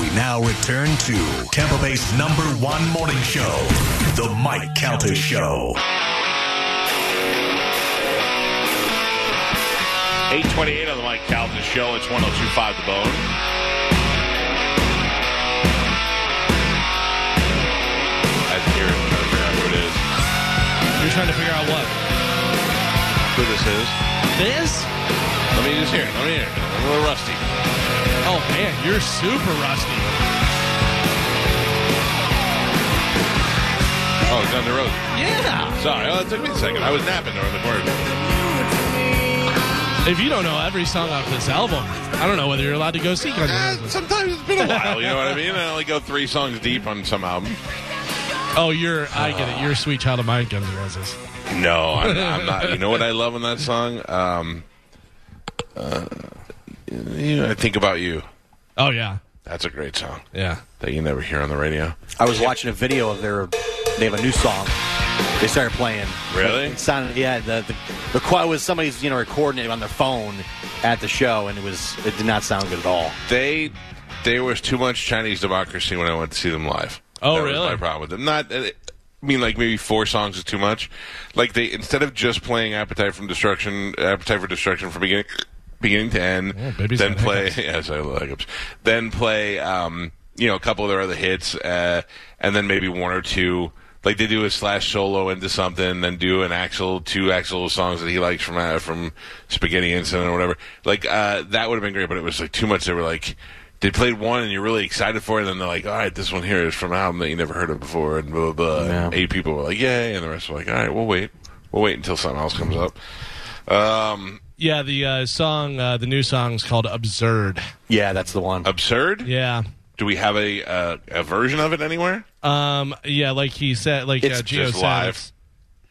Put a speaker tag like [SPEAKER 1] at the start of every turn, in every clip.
[SPEAKER 1] We now return to Tampa Bay's number one morning show, The Mike Calter Show.
[SPEAKER 2] 828 on the Mike Calvin Show. It's 1025 The Bone. I can hear it. I'm trying to figure out who it is.
[SPEAKER 3] You're trying to figure out what
[SPEAKER 2] Who this is.
[SPEAKER 3] this?
[SPEAKER 2] Let me just hear it. Let me hear it. I'm a little rusty.
[SPEAKER 3] Oh man, you're super rusty.
[SPEAKER 2] Oh, it's down the road.
[SPEAKER 3] Yeah.
[SPEAKER 2] Sorry. Oh, it took me a second. I was napping over the corner.
[SPEAKER 3] If you don't know every song off this album, I don't know whether you're allowed to go see Guns N'
[SPEAKER 2] Eh,
[SPEAKER 3] Roses.
[SPEAKER 2] sometimes it's been a while. You know what I mean? I only go three songs deep on some album.
[SPEAKER 3] Oh, you're. I get it. You're a sweet child of mine, Guns N' Roses.
[SPEAKER 2] No, I'm, I'm not. You know what I love on that song? Um, uh, you know, I think about you.
[SPEAKER 3] Oh yeah.
[SPEAKER 2] That's a great song
[SPEAKER 3] Yeah.
[SPEAKER 2] that you never hear on the radio.
[SPEAKER 4] I was watching a video of their. They have a new song. They started playing.
[SPEAKER 2] Really?
[SPEAKER 4] It sounded yeah. The the, the choir was somebody's you know recording it on their phone at the show, and it was it did not sound good at all.
[SPEAKER 2] They there was too much Chinese democracy when I went to see them live.
[SPEAKER 3] Oh,
[SPEAKER 2] that
[SPEAKER 3] really?
[SPEAKER 2] Was my problem with them. Not. uh, I mean, like maybe four songs is too much. Like they instead of just playing "Appetite from Destruction," "Appetite for Destruction" from beginning beginning to end,
[SPEAKER 3] Yeah, baby's
[SPEAKER 2] then
[SPEAKER 3] got
[SPEAKER 2] play
[SPEAKER 3] hiccups.
[SPEAKER 2] yes, I love hiccups. Then play um, you know a couple of their other hits, uh, and then maybe one or two. Like they do a slash solo into something, then do an Axel two Axel songs that he likes from uh, from Spaghetti Incident or whatever. Like uh, that would have been great, but it was like too much. They were like. They played one and you're really excited for it, and then they're like, "All right, this one here is from an album that you never heard of before," and blah blah. blah. And
[SPEAKER 4] Yeah.
[SPEAKER 2] eight people were like, "Yay!" and the rest were like, "All right, we'll wait, we'll wait until something else comes up." Um,
[SPEAKER 3] Yeah. The uh, song, uh, the new song's called "Absurd."
[SPEAKER 4] Yeah, that's the one.
[SPEAKER 2] absurd.
[SPEAKER 3] Yeah.
[SPEAKER 2] Do we have a uh, a version of it anywhere?
[SPEAKER 3] Um. Yeah. Like he said. Like
[SPEAKER 2] It's
[SPEAKER 3] uh, Gio
[SPEAKER 2] just
[SPEAKER 3] said.
[SPEAKER 2] live.
[SPEAKER 3] It's,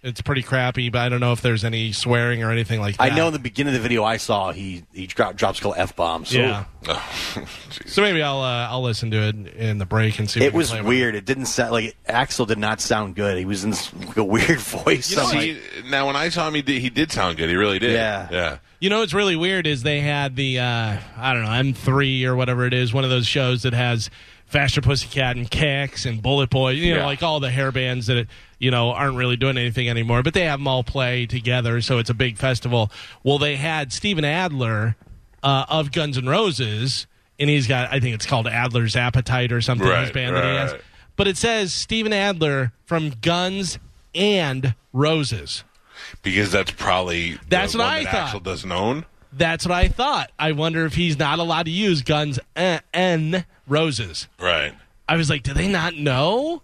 [SPEAKER 3] it's pretty crappy, but I don't know if there's any swearing or anything like that.
[SPEAKER 4] I know in the beginning of the video I saw he he dro- drops a couple f bombs.
[SPEAKER 3] Yeah.
[SPEAKER 2] jeez.
[SPEAKER 3] so maybe I'll uh, I'll listen to it in the break and see. if we
[SPEAKER 4] It
[SPEAKER 3] can
[SPEAKER 4] was
[SPEAKER 3] play one.
[SPEAKER 4] weird. It didn't sound like Axel did not sound good. He was in this, like, a weird voice.
[SPEAKER 2] You know,
[SPEAKER 4] I'm like,
[SPEAKER 2] he, now when I saw him, he did, he did sound good. He really did.
[SPEAKER 4] Yeah.
[SPEAKER 2] yeah.
[SPEAKER 3] You know what's really weird is they had the uh, I don't know M3 or whatever it is, one of those shows that has Faster Pussycat and Kicks and Bullet Boy, you know,
[SPEAKER 2] Yeah.
[SPEAKER 3] like all the hair bands that you know aren't really doing anything anymore, but they have them all play together, so it's a big festival. Well, they had Steven Adler uh, of Guns N' Roses, and he's got I think it's called Adler's Appetite or something.
[SPEAKER 2] Right,
[SPEAKER 3] his band that he has,
[SPEAKER 2] right.
[SPEAKER 3] but it says Steven Adler from Guns and Roses.
[SPEAKER 2] Because that's probably
[SPEAKER 3] That's
[SPEAKER 2] the
[SPEAKER 3] what
[SPEAKER 2] one
[SPEAKER 3] I
[SPEAKER 2] that
[SPEAKER 3] thought.
[SPEAKER 2] Axel doesn't own.
[SPEAKER 3] That's what I thought. I wonder if he's not allowed to use guns and, and roses.
[SPEAKER 2] Right.
[SPEAKER 3] I was like, do they not know?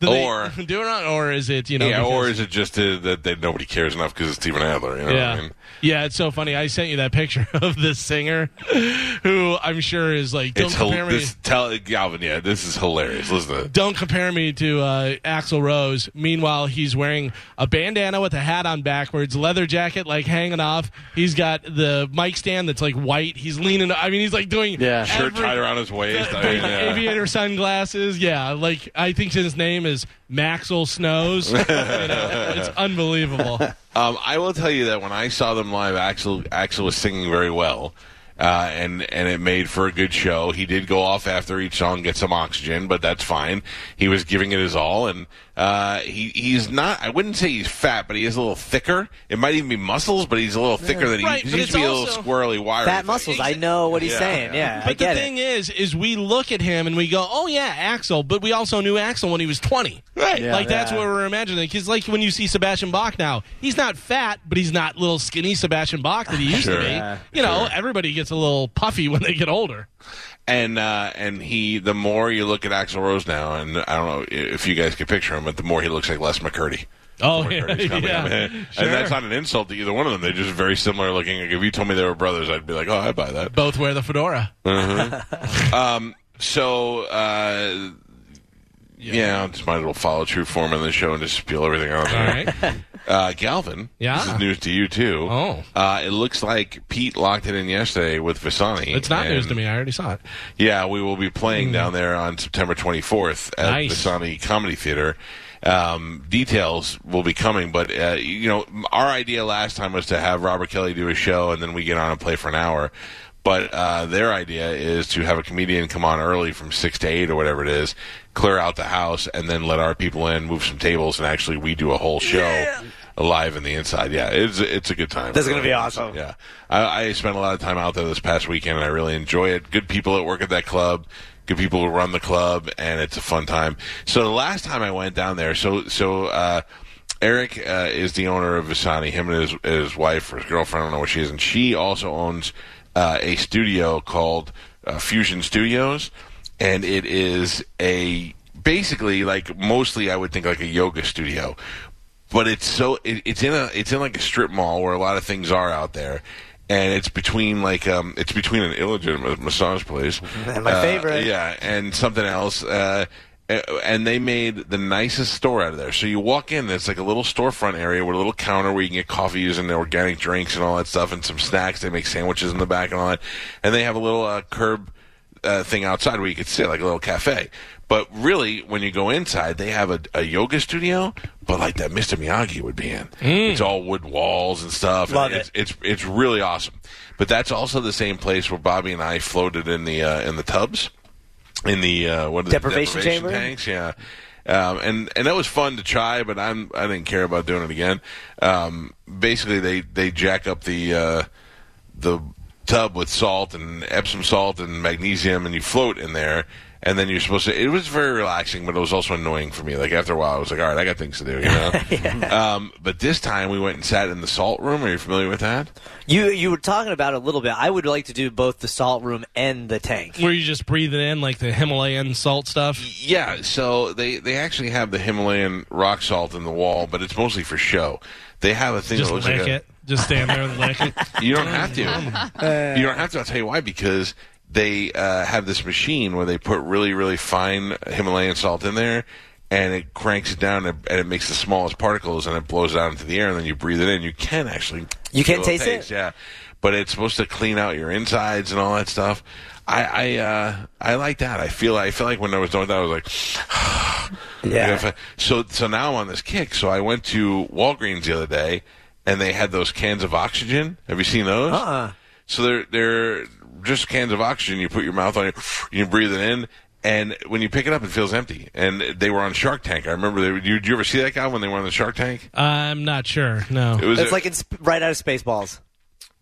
[SPEAKER 3] Do
[SPEAKER 2] Or-
[SPEAKER 3] they do it not, or is it you know?
[SPEAKER 2] yeah. Or
[SPEAKER 3] because-
[SPEAKER 2] is it just uh that they, nobody cares enough because it's Steven Adler? You know
[SPEAKER 3] yeah,
[SPEAKER 2] What I mean?
[SPEAKER 3] yeah. It's so funny. I sent you that picture of this singer, who I'm sure is like, don't
[SPEAKER 2] It's hil-
[SPEAKER 3] compare me.
[SPEAKER 2] this tell Galvin. Yeah, this is hilarious. Listen to this.
[SPEAKER 3] Don't compare me to uh, Axl Rose. Meanwhile, he's wearing a bandana with a hat on backwards, leather jacket like hanging off. He's got the mic stand that's like white. He's leaning. I mean, he's like doing
[SPEAKER 4] Yeah.
[SPEAKER 2] shirt
[SPEAKER 3] every-
[SPEAKER 2] tied around his waist. I mean,
[SPEAKER 3] Big
[SPEAKER 2] yeah.
[SPEAKER 3] aviator sunglasses. Yeah, like I think his name is Maxwell Snows. You know, it's unbelievable.
[SPEAKER 2] Um, I will tell you that when I saw them live, Axel Axel was singing very well, uh, and and it made for a good show. He did go off after each song, get some oxygen, but that's fine. He was giving it his all, and uh, he he's not. I wouldn't say he's fat, but he is a little thicker. It might even be muscles, but he's a little thicker than he,
[SPEAKER 3] Right,
[SPEAKER 2] he
[SPEAKER 3] but
[SPEAKER 2] used
[SPEAKER 3] it's
[SPEAKER 2] to be. a little
[SPEAKER 3] also-
[SPEAKER 2] squirrely, wiry.
[SPEAKER 5] Fat muscles. I know what he's
[SPEAKER 2] Yeah.
[SPEAKER 5] saying. Yeah, I
[SPEAKER 3] But the
[SPEAKER 5] get
[SPEAKER 3] thing
[SPEAKER 5] it.
[SPEAKER 3] is, is we look at him and we go, "Oh yeah, Axel," but we also knew Axel when he was twenty.
[SPEAKER 2] Right.
[SPEAKER 4] Yeah.
[SPEAKER 3] like that's what we're imagining. Because like when you see Sebastian Bach now, he's not fat, but he's not little skinny Sebastian Bach that he used
[SPEAKER 2] Sure.
[SPEAKER 3] to be.
[SPEAKER 2] Yeah,
[SPEAKER 3] you know, everybody gets a little puffy when they get older.
[SPEAKER 2] and uh, and he the more you look at Axl Rose now, and I don't know if you guys can picture him, but the more he looks like Les McCurdy.
[SPEAKER 3] Oh,
[SPEAKER 2] Corn
[SPEAKER 3] yeah.
[SPEAKER 2] Ferdy's coming up.
[SPEAKER 3] yeah.
[SPEAKER 2] And
[SPEAKER 3] Sure.
[SPEAKER 2] that's not an insult to either one of them. They're just very similar looking. Like, if you told me they were brothers, I'd be like, oh, I buy that.
[SPEAKER 3] Both wear the fedora.
[SPEAKER 2] So, uh, yeah, just might as well follow true form on the show and just spill everything out.
[SPEAKER 3] All right.
[SPEAKER 2] Uh, Galvin.
[SPEAKER 3] Yeah.
[SPEAKER 2] This is news to you, too.
[SPEAKER 3] Oh.
[SPEAKER 2] Uh, it looks like Pete locked it in yesterday with Visani.
[SPEAKER 3] It's not news to
[SPEAKER 2] and-
[SPEAKER 3] me. I already saw it.
[SPEAKER 2] Yeah, we will be playing down there on September 24th at
[SPEAKER 3] Nice.
[SPEAKER 2] the Sony Comedy Theater. Um, details will be coming, but uh, you know, our idea last time was to have Robert Kelly do a show, and then we get on and play for an hour. But uh, their idea is to have a comedian come on early from six to eight or whatever it is, clear out the house, and then let our people in, move some tables, and actually we do a whole show live in the inside. Yeah, it's it's a good time.
[SPEAKER 6] That's gonna be awesome.
[SPEAKER 2] Yeah, I, I spent a lot of time out there this past weekend, and I really enjoy it. Good people that work at that club, good people who run the club, and it's a fun time. So the last time I went down there, so so uh, Eric uh, is the owner of Visani. Him and his his wife or his girlfriend, I don't know what she is, and she also owns uh, a studio called uh, Fusion Studios, and it is a basically like mostly I would think like a yoga studio, but it's so it, it's in a it's in like a strip mall where a lot of things are out there and it's between like um it's between an illegitimate massage place
[SPEAKER 6] My
[SPEAKER 2] uh,
[SPEAKER 6] favorite.
[SPEAKER 2] yeah and something else uh a- and they made the nicest store out of there. So you walk in, it's like a little storefront area with a little counter where you can get coffees and organic drinks and all that stuff and some snacks. They make sandwiches in the back and all that. And they have a little uh, curb uh, thing outside where you could sit, like a little cafe. But really, when you go inside, they have a, a yoga studio, but like that Mr. Miyagi would be in. It's all wood walls and stuff.
[SPEAKER 6] Mm. Love
[SPEAKER 2] and it's, it's it's really awesome. But that's also the same place where Bobby and I floated in the uh, in the tubs, in the uh, what are the
[SPEAKER 6] Deprivation chamber?
[SPEAKER 2] tanks. Yeah. Um, and and that was fun to try, but I'm I didn't care about doing it again. Um, basically, they they jack up the uh, the tub with salt and Epsom salt and magnesium, and you float in there. And then you're supposed to. It was very relaxing, but it was also annoying for me. Like after a while, I was like, "All right, I got things to do," you know. um, but this time, we went and sat in the salt room. Are you familiar with that?
[SPEAKER 6] You you were talking about it a little bit. I would like to do both the salt room and the tank.
[SPEAKER 3] Where you just breathe it in like the Himalayan salt stuff.
[SPEAKER 2] Yeah, so they they actually have the Himalayan rock salt in the wall, but it's mostly for show. They have a thing
[SPEAKER 3] Just
[SPEAKER 2] that
[SPEAKER 3] lick
[SPEAKER 2] looks like a,
[SPEAKER 3] it. Just stand there and lick it.
[SPEAKER 2] You don't have to. you don't have to. I'll tell you why. Because they uh, have this machine where they put really, really fine Himalayan salt in there, and it cranks it down, and it, and it makes the smallest particles, and it blows it out into the air, and then you breathe it in. You can actually.
[SPEAKER 6] You can
[SPEAKER 2] feel
[SPEAKER 6] taste it?
[SPEAKER 2] Yeah, but it's supposed to clean out your insides and all that stuff. I I, uh, I like that. I feel I feel like when I was doing that, I was like. You know, if I- so so now I'm on this kick. So I went to Walgreens the other day, and they had those cans of oxygen. Have you seen those? Uh-uh. So they're they're just cans of oxygen. You put your mouth on it, you breathe it in, and when you pick it up, it feels empty. And they were on Shark Tank. I remember. They, did you ever see that guy when they were on the Shark Tank?
[SPEAKER 3] I'm not sure. No.
[SPEAKER 2] It was
[SPEAKER 6] It's
[SPEAKER 2] a-
[SPEAKER 6] like in, Sp- right out of Spaceballs,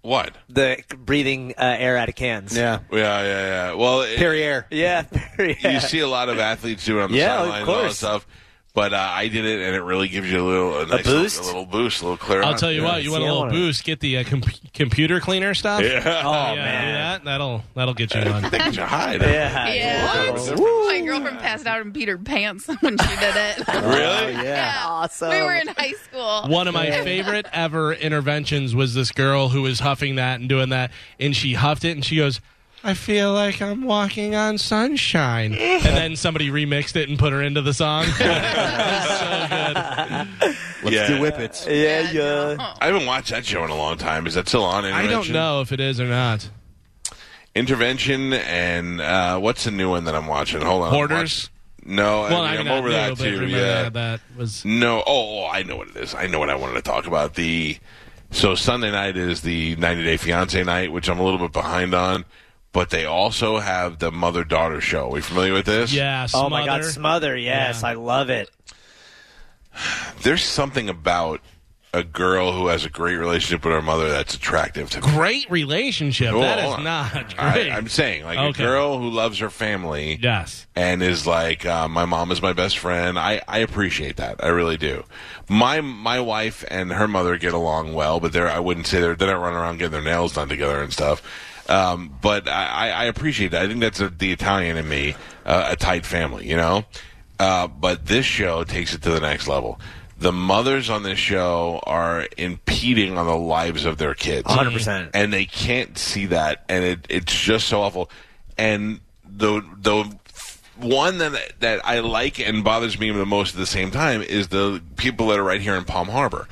[SPEAKER 2] what?
[SPEAKER 6] the breathing uh, air out of cans.
[SPEAKER 4] Yeah.
[SPEAKER 2] Yeah, yeah, yeah. Well, it-
[SPEAKER 4] Perrier.
[SPEAKER 6] yeah.
[SPEAKER 2] you see a lot of athletes do it on the
[SPEAKER 6] Yeah, of
[SPEAKER 2] sidelines and all that
[SPEAKER 6] course.
[SPEAKER 2] stuff. But uh, I did it, and it really gives you a little a, nice little-
[SPEAKER 6] boost?
[SPEAKER 2] a little boost, a little clear.
[SPEAKER 3] I'll
[SPEAKER 2] out.
[SPEAKER 3] tell you
[SPEAKER 2] Yeah.
[SPEAKER 3] what. You want a
[SPEAKER 6] See, I
[SPEAKER 3] little
[SPEAKER 6] wanna-
[SPEAKER 3] boost? Get the uh, com- computer cleaner stuff.
[SPEAKER 2] Yeah.
[SPEAKER 3] Oh man, that, will that'll get you on.
[SPEAKER 2] That gives you a high. doesn't it?
[SPEAKER 6] Yeah.
[SPEAKER 5] Yeah. My girlfriend passed out and beat her pants when she did it.
[SPEAKER 2] Really?
[SPEAKER 5] yeah.
[SPEAKER 6] Awesome.
[SPEAKER 5] We were in high school.
[SPEAKER 3] One of my favorite ever interventions was this girl who was huffing that and doing that, and she huffed it, and she goes. I feel like I'm walking on sunshine, and then somebody remixed it and put her into the song.
[SPEAKER 2] yeah.
[SPEAKER 4] Do whippets.
[SPEAKER 6] Yeah, yeah.
[SPEAKER 5] no.
[SPEAKER 2] I haven't watched that show in a long time. Is that still on?
[SPEAKER 3] I
[SPEAKER 2] Intervention?
[SPEAKER 3] don't know if it is or not.
[SPEAKER 2] Intervention and uh, what's the new one that I'm watching? Hold on. I'm
[SPEAKER 3] Borders?
[SPEAKER 2] watching- No,
[SPEAKER 3] Well,
[SPEAKER 2] I
[SPEAKER 3] I
[SPEAKER 2] mean,
[SPEAKER 3] mean,
[SPEAKER 2] I'm over
[SPEAKER 3] I knew,
[SPEAKER 2] that
[SPEAKER 3] but
[SPEAKER 2] too.
[SPEAKER 3] remember
[SPEAKER 2] Yeah.
[SPEAKER 3] that was
[SPEAKER 2] No. Oh, oh, I know what it is. I know what I wanted to talk about. The so Sunday night is the 90 Day Fiance night, which I'm a little bit behind on. But they also have the mother daughter show. Are you familiar with this?
[SPEAKER 3] yeah. Smother.
[SPEAKER 6] Oh my God, smother! Yes,
[SPEAKER 3] Yeah.
[SPEAKER 6] I love it.
[SPEAKER 2] There's something about a girl who has a great relationship with her mother that's attractive to me.
[SPEAKER 3] great relationship.
[SPEAKER 2] Well,
[SPEAKER 3] that
[SPEAKER 2] hold
[SPEAKER 3] is
[SPEAKER 2] on.
[SPEAKER 3] not
[SPEAKER 2] I,
[SPEAKER 3] great.
[SPEAKER 2] I'm saying, like
[SPEAKER 3] Okay.
[SPEAKER 2] a girl who loves her family
[SPEAKER 3] yes.
[SPEAKER 2] and is like, uh, my mom is my best friend. I, I appreciate that. I really do. My my wife and her mother get along well, but they're I wouldn't say they're they don't run around getting their nails done together and stuff. Um, but I, I I appreciate that. I think that's a, the Italian in me, uh, a tight family, you know. Uh, but this show takes it to the next level. the mothers on this show are impeding on the lives of their kids.
[SPEAKER 6] 100%.
[SPEAKER 2] And they can't see that. And it, it's just so awful. And the, the one that, that I like and bothers me the most at the same time is the people that are right here in Palm Harbor.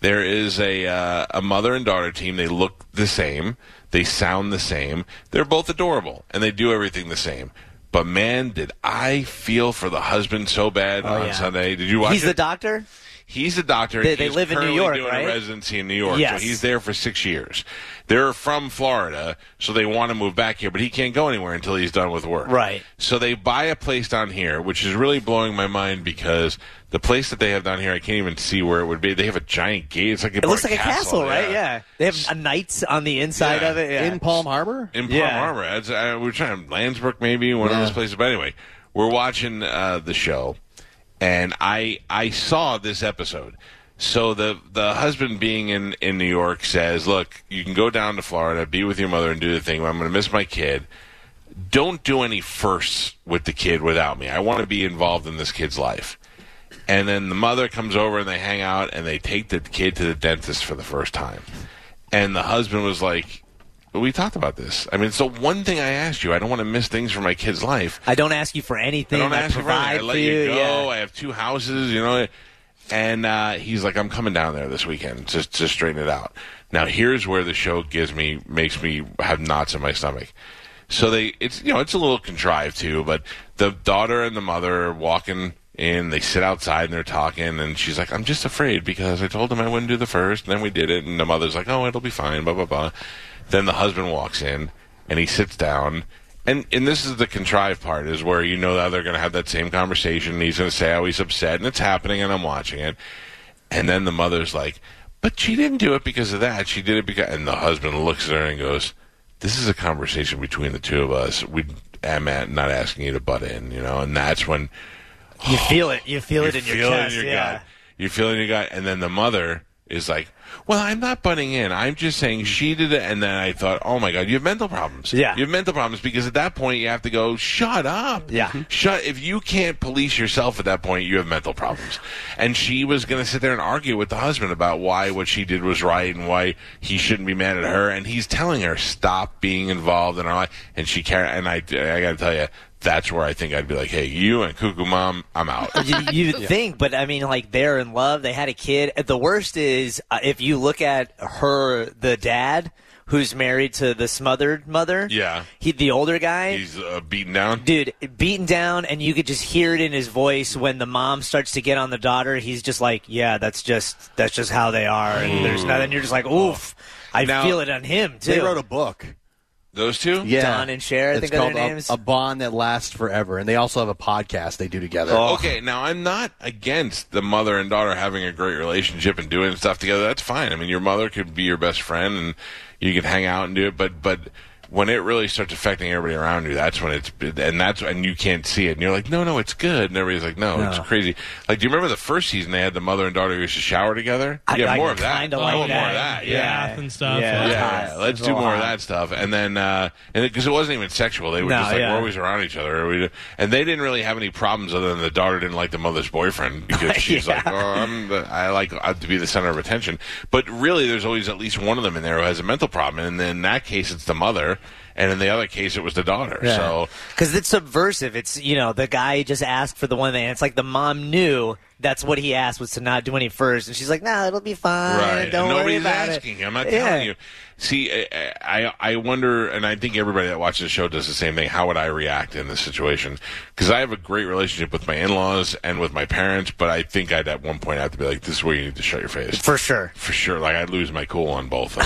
[SPEAKER 2] There is a, uh, a mother and daughter team. They look the same. They sound the same. They're both adorable and they do everything the same. But man, did I feel for the husband so bad on
[SPEAKER 6] Oh, yeah.
[SPEAKER 2] Sunday. Did you watch
[SPEAKER 6] He's
[SPEAKER 2] it?
[SPEAKER 6] the doctor.
[SPEAKER 2] He's a doctor.
[SPEAKER 6] They- they
[SPEAKER 2] He's
[SPEAKER 6] live in New
[SPEAKER 2] currently
[SPEAKER 6] York,
[SPEAKER 2] doing
[SPEAKER 6] right?
[SPEAKER 2] a residency in New York.
[SPEAKER 6] Yes.
[SPEAKER 2] So he's there for six years. They're from Florida, so they want to move back here, but he can't go anywhere until he's done with work.
[SPEAKER 6] Right.
[SPEAKER 2] So they buy a place down here, which is really blowing my mind because the place that they have down here, I can't even see where it would be. They have a giant gate. It's like they
[SPEAKER 6] It
[SPEAKER 2] bought
[SPEAKER 6] looks like a castle, right? Yeah. They have
[SPEAKER 2] S-
[SPEAKER 6] a knights on the inside
[SPEAKER 2] Yeah.
[SPEAKER 6] of it. Yeah.
[SPEAKER 4] in Palm Harbor.
[SPEAKER 2] in Palm
[SPEAKER 6] Yeah.
[SPEAKER 2] Harbor. That's, uh, we we're trying Landsbrook, maybe one of those places. But anyway, we're watching uh, the show, and I I saw this episode. So the the husband being in in New York says, "Look, you can go down to Florida, be with your mother, and do the thing. I'm going to miss my kid." Don't do any firsts with the kid without me. I want to be involved in this kid's life. And then the mother comes over and they hang out and they take the kid to the dentist for the first time. And the husband was like, We talked about this. I mean, it's the one thing I asked you. I don't want to miss things from my kid's life.
[SPEAKER 6] I don't ask you for anything.
[SPEAKER 2] I don't ask you for
[SPEAKER 6] provide
[SPEAKER 2] anything. I let you, go.
[SPEAKER 6] Yeah.
[SPEAKER 2] I have two houses, you know. And uh, he's like, I'm coming down there this weekend just to straighten it out. Now here's where the show gives me makes me have knots in my stomach. So they, it's you know, it's a little contrived too. But the daughter and the mother are walking in. They sit outside and they're talking. And she's like, I'm just afraid because I told him I wouldn't do the first, and then we did it. And the mother's like, Oh, it'll be fine. Blah blah blah. Then the husband walks in and he sits down and and this is the contrived part is where you know that they're going to have that same conversation and he's going to say how he's upset and it's happening and i'm watching it and then the mother's like but she didn't do it because of that she did it because and the husband looks at her and goes this is a conversation between the two of us we i'm at- not asking you to butt in you know and that's when
[SPEAKER 6] You feel it. You feel it
[SPEAKER 2] you
[SPEAKER 6] in your
[SPEAKER 2] feel
[SPEAKER 6] chest.
[SPEAKER 2] it in your
[SPEAKER 6] yeah.
[SPEAKER 2] gut. You feel it in your gut, and then the mother is like, "Well, I'm not butting in. I'm just saying she did it." And then I thought, "Oh my god, you have mental problems.
[SPEAKER 6] Yeah.
[SPEAKER 2] you have mental problems because at that point you have to go, shut up.
[SPEAKER 6] Yeah.
[SPEAKER 2] shut. If you can't police yourself at that point, you have mental problems." and she was going to sit there and argue with the husband about why what she did was right and why he shouldn't be mad at her. And he's telling her, "Stop being involved in our life." And she car- and I, I got to tell you. That's where I think I'd be like, "Hey, you and Cuckoo Mom, I'm out."
[SPEAKER 6] you, you think, but I mean, like they're in love. They had a kid. The worst is uh, if you look at her, the dad who's married to the smothered mother.
[SPEAKER 2] Yeah.
[SPEAKER 6] he the older guy.
[SPEAKER 2] He's uh, beaten down.
[SPEAKER 6] Dude, beaten down, and you could just hear it in his voice when the mom starts to get on the daughter. He's just like, "Yeah, that's just that's just how they are." And there's nothing. You're just like, "Oof." I
[SPEAKER 2] Mm. Oh. Now-
[SPEAKER 6] feel it on him too.
[SPEAKER 4] They wrote a book.
[SPEAKER 2] Those two?
[SPEAKER 4] Yeah,
[SPEAKER 6] Don and Cher, I
[SPEAKER 4] It's
[SPEAKER 6] think are
[SPEAKER 4] called
[SPEAKER 6] their
[SPEAKER 4] A-
[SPEAKER 6] names.
[SPEAKER 4] A, bond that lasts forever, and they also have a podcast they do together.
[SPEAKER 2] Okay, now I'm not against the mother and daughter having a great relationship and doing stuff together. That's fine. I mean, your mother could be your best friend and you can hang out and do it, but but when it really starts affecting everybody around you, that's when it's and that's and you can't see it. And you're like, "No, no, it's good." And everybody's like, "No, it's crazy." Like, do you remember the first season they had the mother and daughter who used to shower together?
[SPEAKER 6] I-
[SPEAKER 2] yeah,
[SPEAKER 6] I
[SPEAKER 2] more of that.
[SPEAKER 6] kinda
[SPEAKER 2] I
[SPEAKER 6] like
[SPEAKER 2] want more of
[SPEAKER 6] that.
[SPEAKER 2] that. Yeah.
[SPEAKER 3] Bath and stuff.
[SPEAKER 6] Yeah.
[SPEAKER 3] Yeah.
[SPEAKER 2] Yeah,
[SPEAKER 6] hot.
[SPEAKER 2] let's
[SPEAKER 6] It's
[SPEAKER 2] do
[SPEAKER 6] a
[SPEAKER 2] more of
[SPEAKER 6] lot.
[SPEAKER 2] that stuff, and then uh, and because it, wasn't even sexual, they were
[SPEAKER 6] No,
[SPEAKER 2] just like
[SPEAKER 6] yeah.
[SPEAKER 2] we're always around each other, We- and they didn't really have any problems other than the daughter didn't like the mother's boyfriend because she's like, oh, I'm the, I like I have to be the center of attention, but really there's always at least one of them in there who has a mental problem, and in that case it's the mother, and in the other case it was the daughter. So
[SPEAKER 6] Because it's subversive. It's, you know, the guy just asked for the one thing. and It's like the mom knew that's what he asked was to not do any first. And she's like, no, it'll be fine.
[SPEAKER 2] Right.
[SPEAKER 6] Don't
[SPEAKER 2] And
[SPEAKER 6] worry
[SPEAKER 2] Nobody's
[SPEAKER 6] about
[SPEAKER 2] asking.
[SPEAKER 6] it.
[SPEAKER 2] I'm not
[SPEAKER 6] Yeah.
[SPEAKER 2] telling you. See, I, I I wonder, and I think everybody that watches the show does the same thing. How would I react in this situation? Because I have a great relationship with my in-laws and with my parents, but I think I'd at one point have to be like, "This is where you need to shut your face."
[SPEAKER 6] For sure.
[SPEAKER 2] for sure. Like I'd lose my cool on both of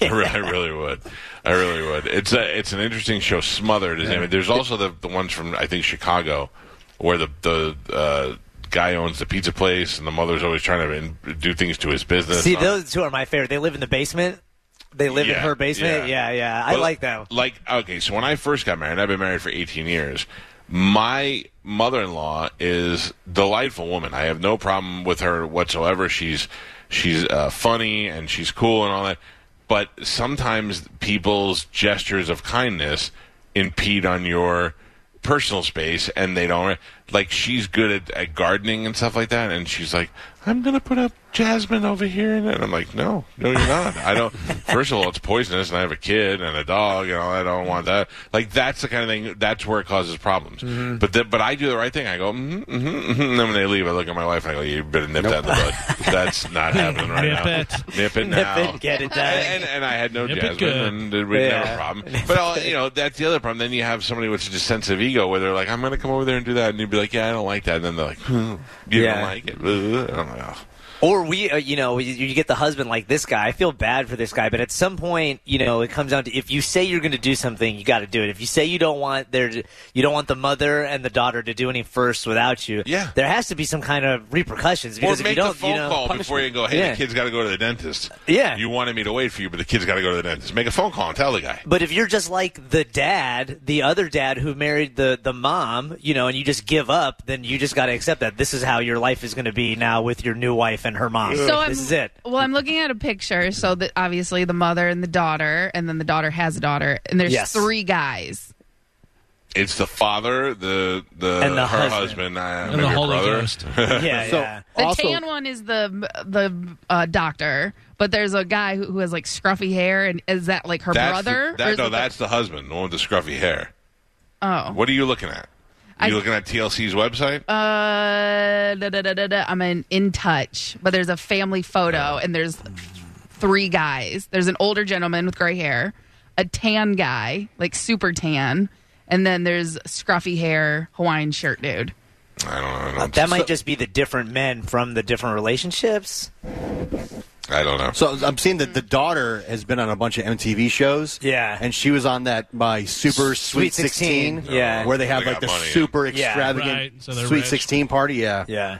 [SPEAKER 2] them. I, re- I really would. I really would. It's a it's an interesting show. Smothered is. I mean, there's also the the ones from I think Chicago, where the the uh, guy owns the pizza place and the mother's always trying to in, do things to his business.
[SPEAKER 6] See,
[SPEAKER 2] Um,
[SPEAKER 6] those two are my favorite. They live in the basement. They live in
[SPEAKER 2] Yeah,
[SPEAKER 6] her basement.
[SPEAKER 2] yeah.
[SPEAKER 6] Yeah, yeah. I
[SPEAKER 2] Well,
[SPEAKER 6] like that. one.
[SPEAKER 2] Like, okay, so when I first got married, I've been married for 18 years. My mother-in-law is delightful woman. I have no problem with her whatsoever. She's she's uh, funny and she's cool and all that. But sometimes people's gestures of kindness impede on your personal space and they don't like she's good at, at gardening and stuff like that and she's like I'm gonna put up jasmine over here, and I'm like, no, no, you're not. I don't. First of all, it's poisonous, and I have a kid and a dog, and all, I don't want that. Like that's the kind of thing. That's where it causes problems. But the, but I do the right thing. I go, mm-hmm, mm-hmm, mm-hmm. and then when they leave, I look at my wife and I go, you better nip that in the bud. That's not happening right
[SPEAKER 3] Nip
[SPEAKER 2] now.
[SPEAKER 3] it.
[SPEAKER 2] Nip it
[SPEAKER 6] Nip
[SPEAKER 2] now.
[SPEAKER 6] it, get it done.
[SPEAKER 2] And, and I had no
[SPEAKER 3] Nip it
[SPEAKER 2] jasmine,
[SPEAKER 3] good.
[SPEAKER 2] and we didn't have
[SPEAKER 6] Yeah.
[SPEAKER 2] a problem. But all, you know, that's the other problem. Then you have somebody with such a sense of ego where they're like, "I'm going to come over there and do that," and you'd be like, "Yeah, I don't like that." And then they're like, hmm, "You
[SPEAKER 6] Yeah.
[SPEAKER 2] don't like it?" Ugh. And I'm like, "Oh."
[SPEAKER 6] Or we, uh, you know, you, you get the husband like this guy. I feel bad for this guy, but at some point, you know, it comes down to if you say you're going to do something, you got to do it. If you say you don't want their, you don't want the mother and the daughter to do any first without you.
[SPEAKER 2] Yeah.
[SPEAKER 6] there has to be some kind of repercussions because
[SPEAKER 2] or
[SPEAKER 6] if you
[SPEAKER 2] make
[SPEAKER 6] don't,
[SPEAKER 2] the phone
[SPEAKER 6] you know,
[SPEAKER 2] call before you go. Hey,
[SPEAKER 6] Yeah.
[SPEAKER 2] the kid's got to go to the dentist.
[SPEAKER 6] Yeah.
[SPEAKER 2] you wanted me to wait for you, but the kid's got to go to the dentist. Make a phone call and tell the guy.
[SPEAKER 6] But if you're just like the dad, the other dad who married the the mom, you know, and you just give up, then you just got to accept that this is how your life is going to be now with your new wife and her mom.
[SPEAKER 5] So I'm,
[SPEAKER 6] this is it.
[SPEAKER 5] Well, I'm looking at a picture. So that obviously the mother and the daughter, and then the daughter has a daughter, and there's
[SPEAKER 6] Yes.
[SPEAKER 5] three guys.
[SPEAKER 2] It's the father, the the,
[SPEAKER 6] And the
[SPEAKER 2] her husband,
[SPEAKER 6] husband.
[SPEAKER 2] uh,
[SPEAKER 3] And
[SPEAKER 2] maybe
[SPEAKER 3] the
[SPEAKER 2] her
[SPEAKER 3] Holy
[SPEAKER 2] brother.
[SPEAKER 3] Ghost.
[SPEAKER 6] Yeah,
[SPEAKER 4] So
[SPEAKER 6] yeah.
[SPEAKER 5] The
[SPEAKER 4] also,
[SPEAKER 5] tan one is the the uh, doctor, but there's a guy who, who has like scruffy hair, and is that like her
[SPEAKER 2] That's the-
[SPEAKER 5] brother? Or
[SPEAKER 2] that,
[SPEAKER 5] is
[SPEAKER 2] no,
[SPEAKER 5] it the-
[SPEAKER 2] that's the husband, the one with the scruffy hair.
[SPEAKER 5] oh.
[SPEAKER 2] What are you looking at? Are
[SPEAKER 5] I-
[SPEAKER 2] you looking at TLC's website?
[SPEAKER 5] Uh, da, da, da, da, da. I'm in in touch, but there's a family photo, and there's three guys. There's an older gentleman with gray hair, a tan guy, like super tan, and then there's scruffy hair Hawaiian shirt dude.
[SPEAKER 2] I don't know. I don't,
[SPEAKER 6] Uh, That might just be the different men from the different relationships.
[SPEAKER 2] I don't know.
[SPEAKER 4] So I'm seeing that the daughter has been on a bunch of MTV shows.
[SPEAKER 6] Yeah.
[SPEAKER 4] and she was on that by Super Sweet
[SPEAKER 6] Sweet 16,
[SPEAKER 4] Sixteen.
[SPEAKER 6] yeah.
[SPEAKER 4] where they have
[SPEAKER 2] They got
[SPEAKER 4] like the
[SPEAKER 2] money, yeah.
[SPEAKER 4] super
[SPEAKER 6] Yeah.
[SPEAKER 4] extravagant
[SPEAKER 3] Right, so they're
[SPEAKER 4] Sweet
[SPEAKER 3] rich.
[SPEAKER 4] Sixteen party. Yeah.
[SPEAKER 6] Yeah.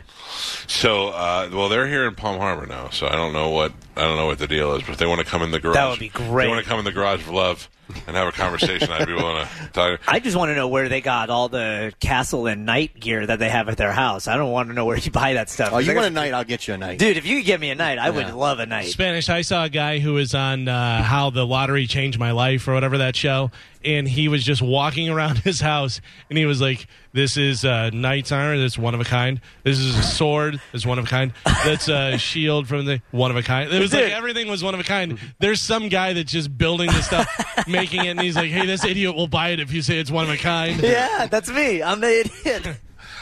[SPEAKER 2] So, uh, well, they're here in Palm Harbor now, so I don't know what I don't know what the deal is. But if they want to come in the garage,
[SPEAKER 6] That would be great.
[SPEAKER 2] If they want to come in the garage of love and have a conversation. I'd be willing to talk.
[SPEAKER 6] I just want to know where they got all the castle and knight gear that they have at their house. I don't want to know where you buy that stuff.
[SPEAKER 4] Oh, you want a night? I'll get you a night.
[SPEAKER 6] Dude, if you could get me a night, I would love a night.
[SPEAKER 3] Spanish. I saw a guy who was on uh, How the Lottery Changed My Life or whatever that show, and he was just walking around his house, and he was like, "This is uh, knight's armor. That's one of a kind. This is a sword. That's one of a kind. That's a shield from the one of a kind." It was like everything was one of a kind. There's some guy that's just building this stuff, making it, and he's like, "Hey, this idiot will buy it if you say it's one of a kind."
[SPEAKER 6] Yeah, that's me. I'm the idiot.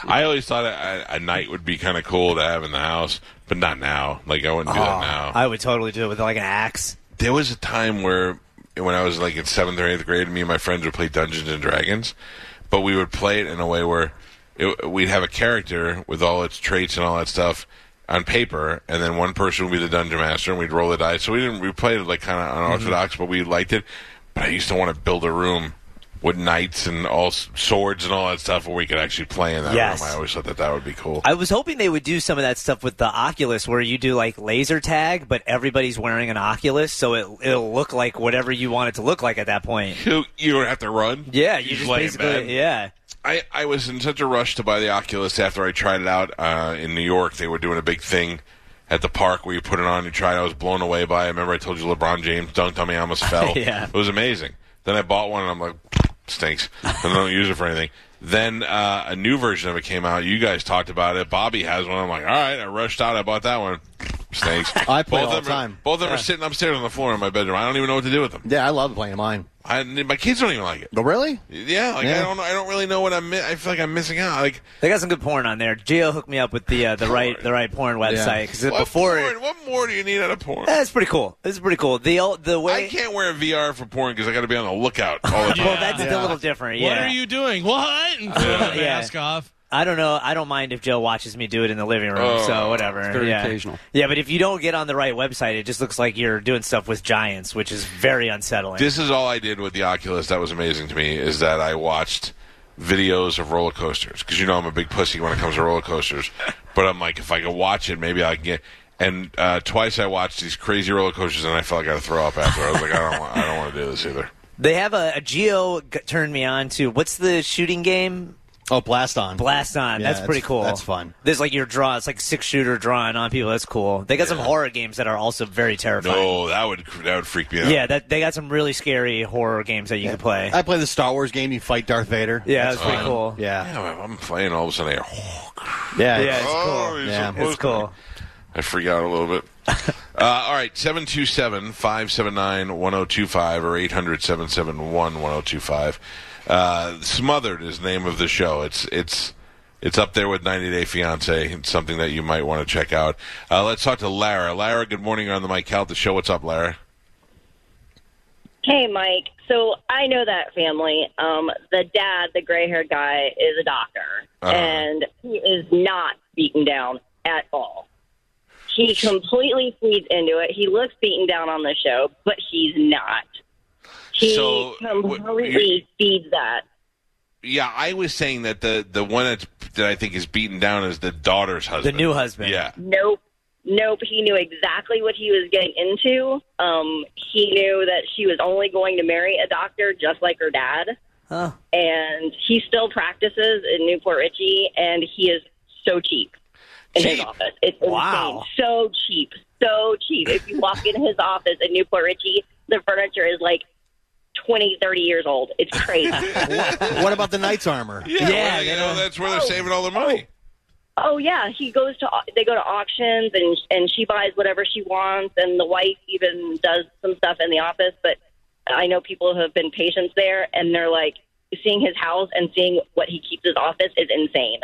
[SPEAKER 2] I always thought a, a night would be kind of cool to have in the house, but not now. Like I wouldn't do
[SPEAKER 4] Oh,
[SPEAKER 2] that now.
[SPEAKER 6] I would totally do it with like an axe.
[SPEAKER 2] there was a time where when I was like in seventh or eighth grade, me and my friends would play Dungeons and Dragons, but we would play it in a way where it, we'd have a character with all its traits and all that stuff on paper, and then one person would be the dungeon master, and we'd roll the dice. So we didn't we played it like kind of unorthodox,
[SPEAKER 6] Mm-hmm.
[SPEAKER 2] but we liked it. But I used to want to build a room with knights and all s- swords and all that stuff where we could actually play in that
[SPEAKER 6] Yes.
[SPEAKER 2] room. I always thought that that would be cool.
[SPEAKER 6] I was hoping they would do some of that stuff with the Oculus, where you do like laser tag, but everybody's wearing an Oculus, so it it'll look like whatever you want it to look like at that point.
[SPEAKER 2] you, you would have to run.
[SPEAKER 6] Yeah, you
[SPEAKER 2] You'd
[SPEAKER 6] just
[SPEAKER 2] lay in bed.
[SPEAKER 6] basically yeah.
[SPEAKER 2] I, I was in such a rush to buy the Oculus after I tried it out uh, in New York. They were doing a big thing at the park where you put it on, you try it. I was blown away by it. Remember, I told you LeBron James dunked on me, I almost fell.
[SPEAKER 6] Yeah.
[SPEAKER 2] It was amazing. Then I bought one, and I'm like, stinks. And I don't use it for anything. Then uh, a new version of it came out. You guys talked about it. Bobby has one. I'm like, all right. I rushed out. I bought that one. Stinks.
[SPEAKER 4] I play
[SPEAKER 2] both
[SPEAKER 4] all
[SPEAKER 2] of
[SPEAKER 4] the
[SPEAKER 2] them are-
[SPEAKER 4] time.
[SPEAKER 2] both of them are sitting upstairs on the floor in my bedroom. I don't even know what to do with them.
[SPEAKER 4] Yeah, I love playing mine.
[SPEAKER 2] I, my kids don't even like it.
[SPEAKER 4] Oh, really?
[SPEAKER 2] Yeah, like I
[SPEAKER 4] Yeah.
[SPEAKER 2] don't, I don't really know what I'm. Mi- I feel like I'm missing out. Like
[SPEAKER 6] They got some good porn on there. Geo hooked me up with the uh, the right the right porn website because
[SPEAKER 2] what
[SPEAKER 6] before
[SPEAKER 2] porn? What more do you need out of porn?
[SPEAKER 6] that's pretty cool. It's pretty cool. The old- the way
[SPEAKER 2] I can't wear VR for porn because I got to be on the lookout all the time.
[SPEAKER 6] well that's a little different. Yeah,
[SPEAKER 3] What are you doing? What? And throw the
[SPEAKER 6] Yeah.
[SPEAKER 3] mask off.
[SPEAKER 6] I don't know. I don't mind if Joe watches me do it in the living room,
[SPEAKER 2] Oh,
[SPEAKER 6] so whatever.
[SPEAKER 7] very
[SPEAKER 6] yeah.
[SPEAKER 7] occasional.
[SPEAKER 6] Yeah, but if you don't get on the right website, it just looks like you're doing stuff with giants, which is very unsettling.
[SPEAKER 2] This is all I did with the Oculus. That was amazing to me. Is that I watched videos of roller coasters because you know I'm a big pussy when it comes to roller coasters. But I'm like, if I could watch it, maybe I can get. And uh, twice I watched these crazy roller coasters, and I felt like I had to throw up after. I was like, I don't, wa- I don't want to do this either.
[SPEAKER 6] they have a, a Geo g- turned me on to what's the shooting game?
[SPEAKER 4] Oh, blast on.
[SPEAKER 6] Blast on.
[SPEAKER 4] Yeah,
[SPEAKER 6] that's pretty cool.
[SPEAKER 4] That's fun.
[SPEAKER 6] There's like your draw. It's like six shooter drawing on people. That's cool. They got some horror games that are also very terrifying.
[SPEAKER 2] No, that would that would freak me out.
[SPEAKER 6] Yeah, that they got some really scary horror games that you can play.
[SPEAKER 4] I play the Star Wars game. You fight Darth Vader.
[SPEAKER 6] yeah, that's pretty cool.
[SPEAKER 4] Yeah.
[SPEAKER 2] Damn, I'm playing all of a sudden. I hear,
[SPEAKER 4] Yeah.
[SPEAKER 6] Yeah, it's
[SPEAKER 2] Oh,
[SPEAKER 6] cool.
[SPEAKER 2] he's
[SPEAKER 4] Yeah.
[SPEAKER 2] supposed
[SPEAKER 6] It's cool.
[SPEAKER 2] to- I freak out a little bit. uh, all right, 727 579 1025 or 800 771 1025. Uh, Smothered is the name of the show. It's, it's, it's up there with 90 Day Fiance. It's something that you might want to check out. Uh, let's talk to Lara. Lara, good morning. You're on the Mike Calta show. What's up, Lara?
[SPEAKER 5] Hey, Mike. So I know that family. Um, the dad, the gray haired guy, is a doctor,
[SPEAKER 2] Uh-huh.
[SPEAKER 5] and he is not beaten down at all. He completely feeds into it. He looks beaten down on the show, but he's not. He
[SPEAKER 2] So,
[SPEAKER 5] um,
[SPEAKER 2] what-
[SPEAKER 5] completely feeds that.
[SPEAKER 2] Yeah, I was saying that the, the one that's, that I think is beaten down is the daughter's husband.
[SPEAKER 6] new husband.
[SPEAKER 2] Yeah.
[SPEAKER 5] Nope. Nope. He knew exactly what he was getting into. Um, he knew that she was only going to marry a doctor just like her dad.
[SPEAKER 6] Huh.
[SPEAKER 5] And he still practices in Newport Richie, and he is so cheap in his
[SPEAKER 2] Cheap?
[SPEAKER 5] office. It's
[SPEAKER 6] Wow.
[SPEAKER 5] insane. So cheap. So cheap. If you walk in his office in Newport Richie, the furniture is like 20, 30 years old. It's crazy.
[SPEAKER 4] what about the Knights armor?
[SPEAKER 2] Yeah,
[SPEAKER 6] Yeah,
[SPEAKER 2] well, you
[SPEAKER 6] they
[SPEAKER 2] know,
[SPEAKER 6] don't-
[SPEAKER 2] that's where they're saving all their money.
[SPEAKER 5] Oh yeah, he goes to they go to auctions and and she buys whatever she wants and the wife even does some stuff in the office, but I know people who have been patients there and they're like seeing his house and seeing what he keeps his office is insane.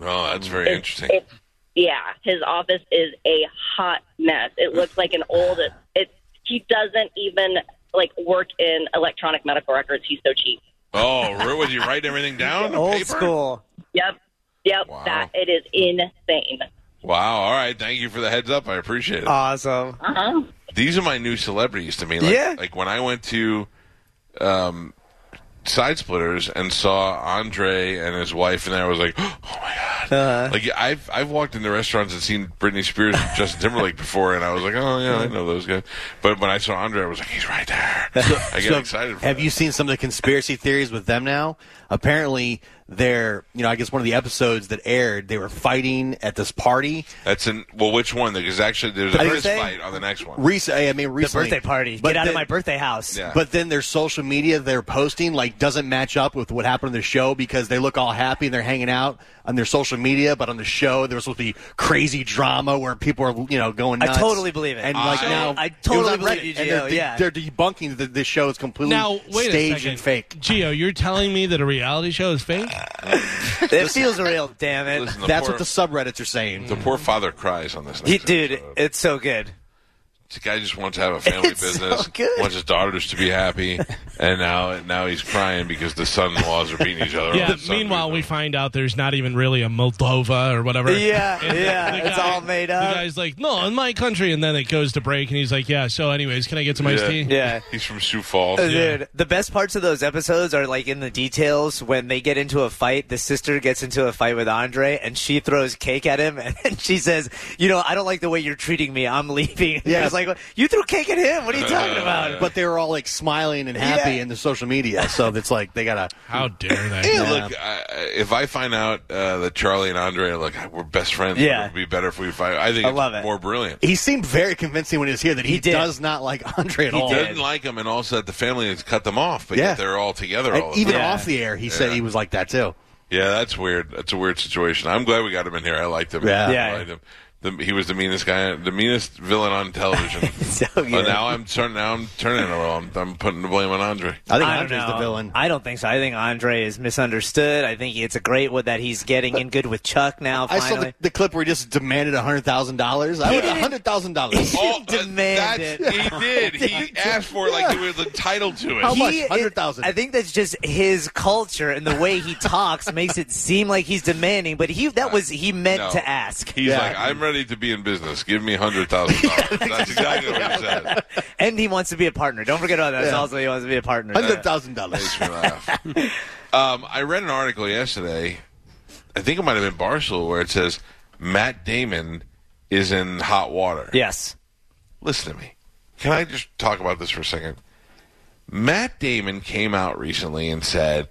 [SPEAKER 2] Oh, that's very
[SPEAKER 5] It's-
[SPEAKER 2] interesting.
[SPEAKER 5] it's- yeah, his office is a hot mess. It looks like an old it, it he doesn't even like work in electronic medical records. He's so cheap.
[SPEAKER 2] Oh, Ru, was you writing everything down? on
[SPEAKER 6] Old
[SPEAKER 2] paper?
[SPEAKER 6] school.
[SPEAKER 5] Yep. Yep,
[SPEAKER 2] Wow.
[SPEAKER 5] that it is insane.
[SPEAKER 2] Wow. All right. Thank you for the heads up. I appreciate
[SPEAKER 6] Uh,
[SPEAKER 2] it.
[SPEAKER 6] Awesome.
[SPEAKER 5] Uh-huh.
[SPEAKER 2] These are my new celebrities to me. Like,
[SPEAKER 6] Yeah.
[SPEAKER 2] Like when I went to um, Side Splitters and saw Andre and his wife, and I was like, oh my god. Like I've I've walked into restaurants and seen Britney Spears and Justin Timberlake before, and I was like, oh yeah, I know those guys. But when I saw Andre, I was like, he's right there. I get
[SPEAKER 4] So,
[SPEAKER 2] excited. For
[SPEAKER 4] have
[SPEAKER 2] that.
[SPEAKER 4] you seen some of the conspiracy theories with them now? Apparently, they're you know I guess one of the episodes that aired, they were fighting at this party.
[SPEAKER 2] That's in well, which one? Because actually, there's a
[SPEAKER 4] I
[SPEAKER 2] first
[SPEAKER 4] say-
[SPEAKER 2] fight on the next one.
[SPEAKER 4] Recently, I mean
[SPEAKER 6] The
[SPEAKER 4] recently
[SPEAKER 6] birthday party.
[SPEAKER 4] But
[SPEAKER 6] Get out
[SPEAKER 4] then-
[SPEAKER 6] of my birthday house.
[SPEAKER 2] Yeah.
[SPEAKER 4] But then their social media they're posting like doesn't match up with what happened on the show because they look all happy and they're hanging out on their social media, but on the show there was supposed to be crazy drama where people are you know going.
[SPEAKER 6] I
[SPEAKER 4] Nuts.
[SPEAKER 6] totally believe it.
[SPEAKER 4] And like
[SPEAKER 2] I-
[SPEAKER 4] now,
[SPEAKER 6] I
[SPEAKER 4] it was
[SPEAKER 6] totally
[SPEAKER 4] on
[SPEAKER 6] believe
[SPEAKER 4] Reddit,
[SPEAKER 6] you,
[SPEAKER 4] and they're,
[SPEAKER 6] Gio, yeah.
[SPEAKER 4] they're debunking that this show is completely
[SPEAKER 3] Now, wait a
[SPEAKER 4] staged
[SPEAKER 3] second.
[SPEAKER 4] and fake.
[SPEAKER 3] Gio, you're telling me that a reality show is fake?
[SPEAKER 6] It feels real, damn it.
[SPEAKER 2] Listen,
[SPEAKER 4] That's
[SPEAKER 2] poor-
[SPEAKER 4] what the subreddits are saying.
[SPEAKER 2] The poor father cries on this.
[SPEAKER 6] He,
[SPEAKER 2] next
[SPEAKER 6] dude,
[SPEAKER 2] episode.
[SPEAKER 6] it's so good.
[SPEAKER 2] this guy just wants to have a family
[SPEAKER 6] It's so
[SPEAKER 2] business.
[SPEAKER 6] good.
[SPEAKER 2] Wants his daughters to be happy, and now now he's crying because the son-in-laws are beating each other.
[SPEAKER 3] Yeah.
[SPEAKER 2] up.
[SPEAKER 3] meanwhile, we find out there's not even really a Moldova or whatever.
[SPEAKER 6] Yeah,
[SPEAKER 3] And
[SPEAKER 6] yeah,
[SPEAKER 3] the
[SPEAKER 6] it's all made
[SPEAKER 3] The
[SPEAKER 6] up.
[SPEAKER 3] guy's like, no, in my country, and then it goes to break, and he's like, yeah. So, anyways, can I get some iced
[SPEAKER 2] Yeah.
[SPEAKER 3] tea?
[SPEAKER 6] Yeah.
[SPEAKER 2] he's from Sioux Falls.
[SPEAKER 6] Uh, Dude, the best parts of those episodes are like in the details when they get into a fight. The sister gets into a fight with Andre, and she throws cake at him, and she says, "You know, I don't like the way you're treating me. I'm leaving." Yeah,
[SPEAKER 4] Yeah.
[SPEAKER 6] it's like you threw cake at him. What are you talking about?
[SPEAKER 4] But they were all like smiling and happy
[SPEAKER 6] Yeah.
[SPEAKER 4] in the social media, so it's like they gotta.
[SPEAKER 3] How dare they?
[SPEAKER 2] Yeah, look, I, I- if I find out uh, that Charlie and Andre are like we're best friends,
[SPEAKER 6] Yeah.
[SPEAKER 2] it would be better if we fight. I think
[SPEAKER 6] I
[SPEAKER 2] it's
[SPEAKER 6] love it.
[SPEAKER 2] more brilliant.
[SPEAKER 4] He seemed very convincing when he was here that he,
[SPEAKER 6] He did.
[SPEAKER 4] does not like Andre at
[SPEAKER 6] He
[SPEAKER 4] all.
[SPEAKER 6] did.
[SPEAKER 2] Didn't like him, and also that the family has cut them off, but
[SPEAKER 4] Yeah.
[SPEAKER 2] yet they're all together. all
[SPEAKER 4] And
[SPEAKER 2] the
[SPEAKER 4] even
[SPEAKER 2] time.
[SPEAKER 6] Oh, Yeah.
[SPEAKER 4] off the air, he said he was like that too.
[SPEAKER 2] yeah, that's weird. That's a weird situation. I'm glad we got him in here. I liked him.
[SPEAKER 4] Yeah.
[SPEAKER 6] Yeah.
[SPEAKER 2] I liked him. The, he was the meanest guy, the meanest villain on television.
[SPEAKER 6] so good.
[SPEAKER 2] But now I'm turning. Now I'm turning it around. I'm, I'm putting the blame on Andre.
[SPEAKER 4] I think
[SPEAKER 6] I don't
[SPEAKER 4] Andre's
[SPEAKER 6] know.
[SPEAKER 4] the villain.
[SPEAKER 6] I don't think so. I think Andre is misunderstood. I think it's a great one that he's getting in good with Chuck now.
[SPEAKER 4] I
[SPEAKER 6] Finally,
[SPEAKER 4] saw the, the clip where he just demanded hundred thousand dollars. I would hundred thousand dollars.
[SPEAKER 2] Oh, uh,
[SPEAKER 6] demand
[SPEAKER 2] that's-
[SPEAKER 6] it.
[SPEAKER 2] He did. He asked for it like he was entitled to it.
[SPEAKER 4] How much?
[SPEAKER 6] He- it-
[SPEAKER 4] 100,000.
[SPEAKER 6] I think that's just his culture and the way he talks makes it seem like he's demanding, but he that was he meant
[SPEAKER 2] No.
[SPEAKER 6] to ask.
[SPEAKER 2] He's
[SPEAKER 4] Yeah.
[SPEAKER 2] like, I'm ready to be in business. Give me hundred thousand dollars. That's exactly what he said.
[SPEAKER 6] And he wants to be a partner. Don't forget about that. It's
[SPEAKER 4] Yeah.
[SPEAKER 6] Also, he wants to be a partner.
[SPEAKER 4] Hundred thousand dollars.
[SPEAKER 2] Makes me laugh. Um, I read an article yesterday. I think it might have been Barstool where it says Matt Damon is in hot water.
[SPEAKER 6] Yes.
[SPEAKER 2] Listen to me. Can I just talk about this for a second? Matt Damon came out recently and said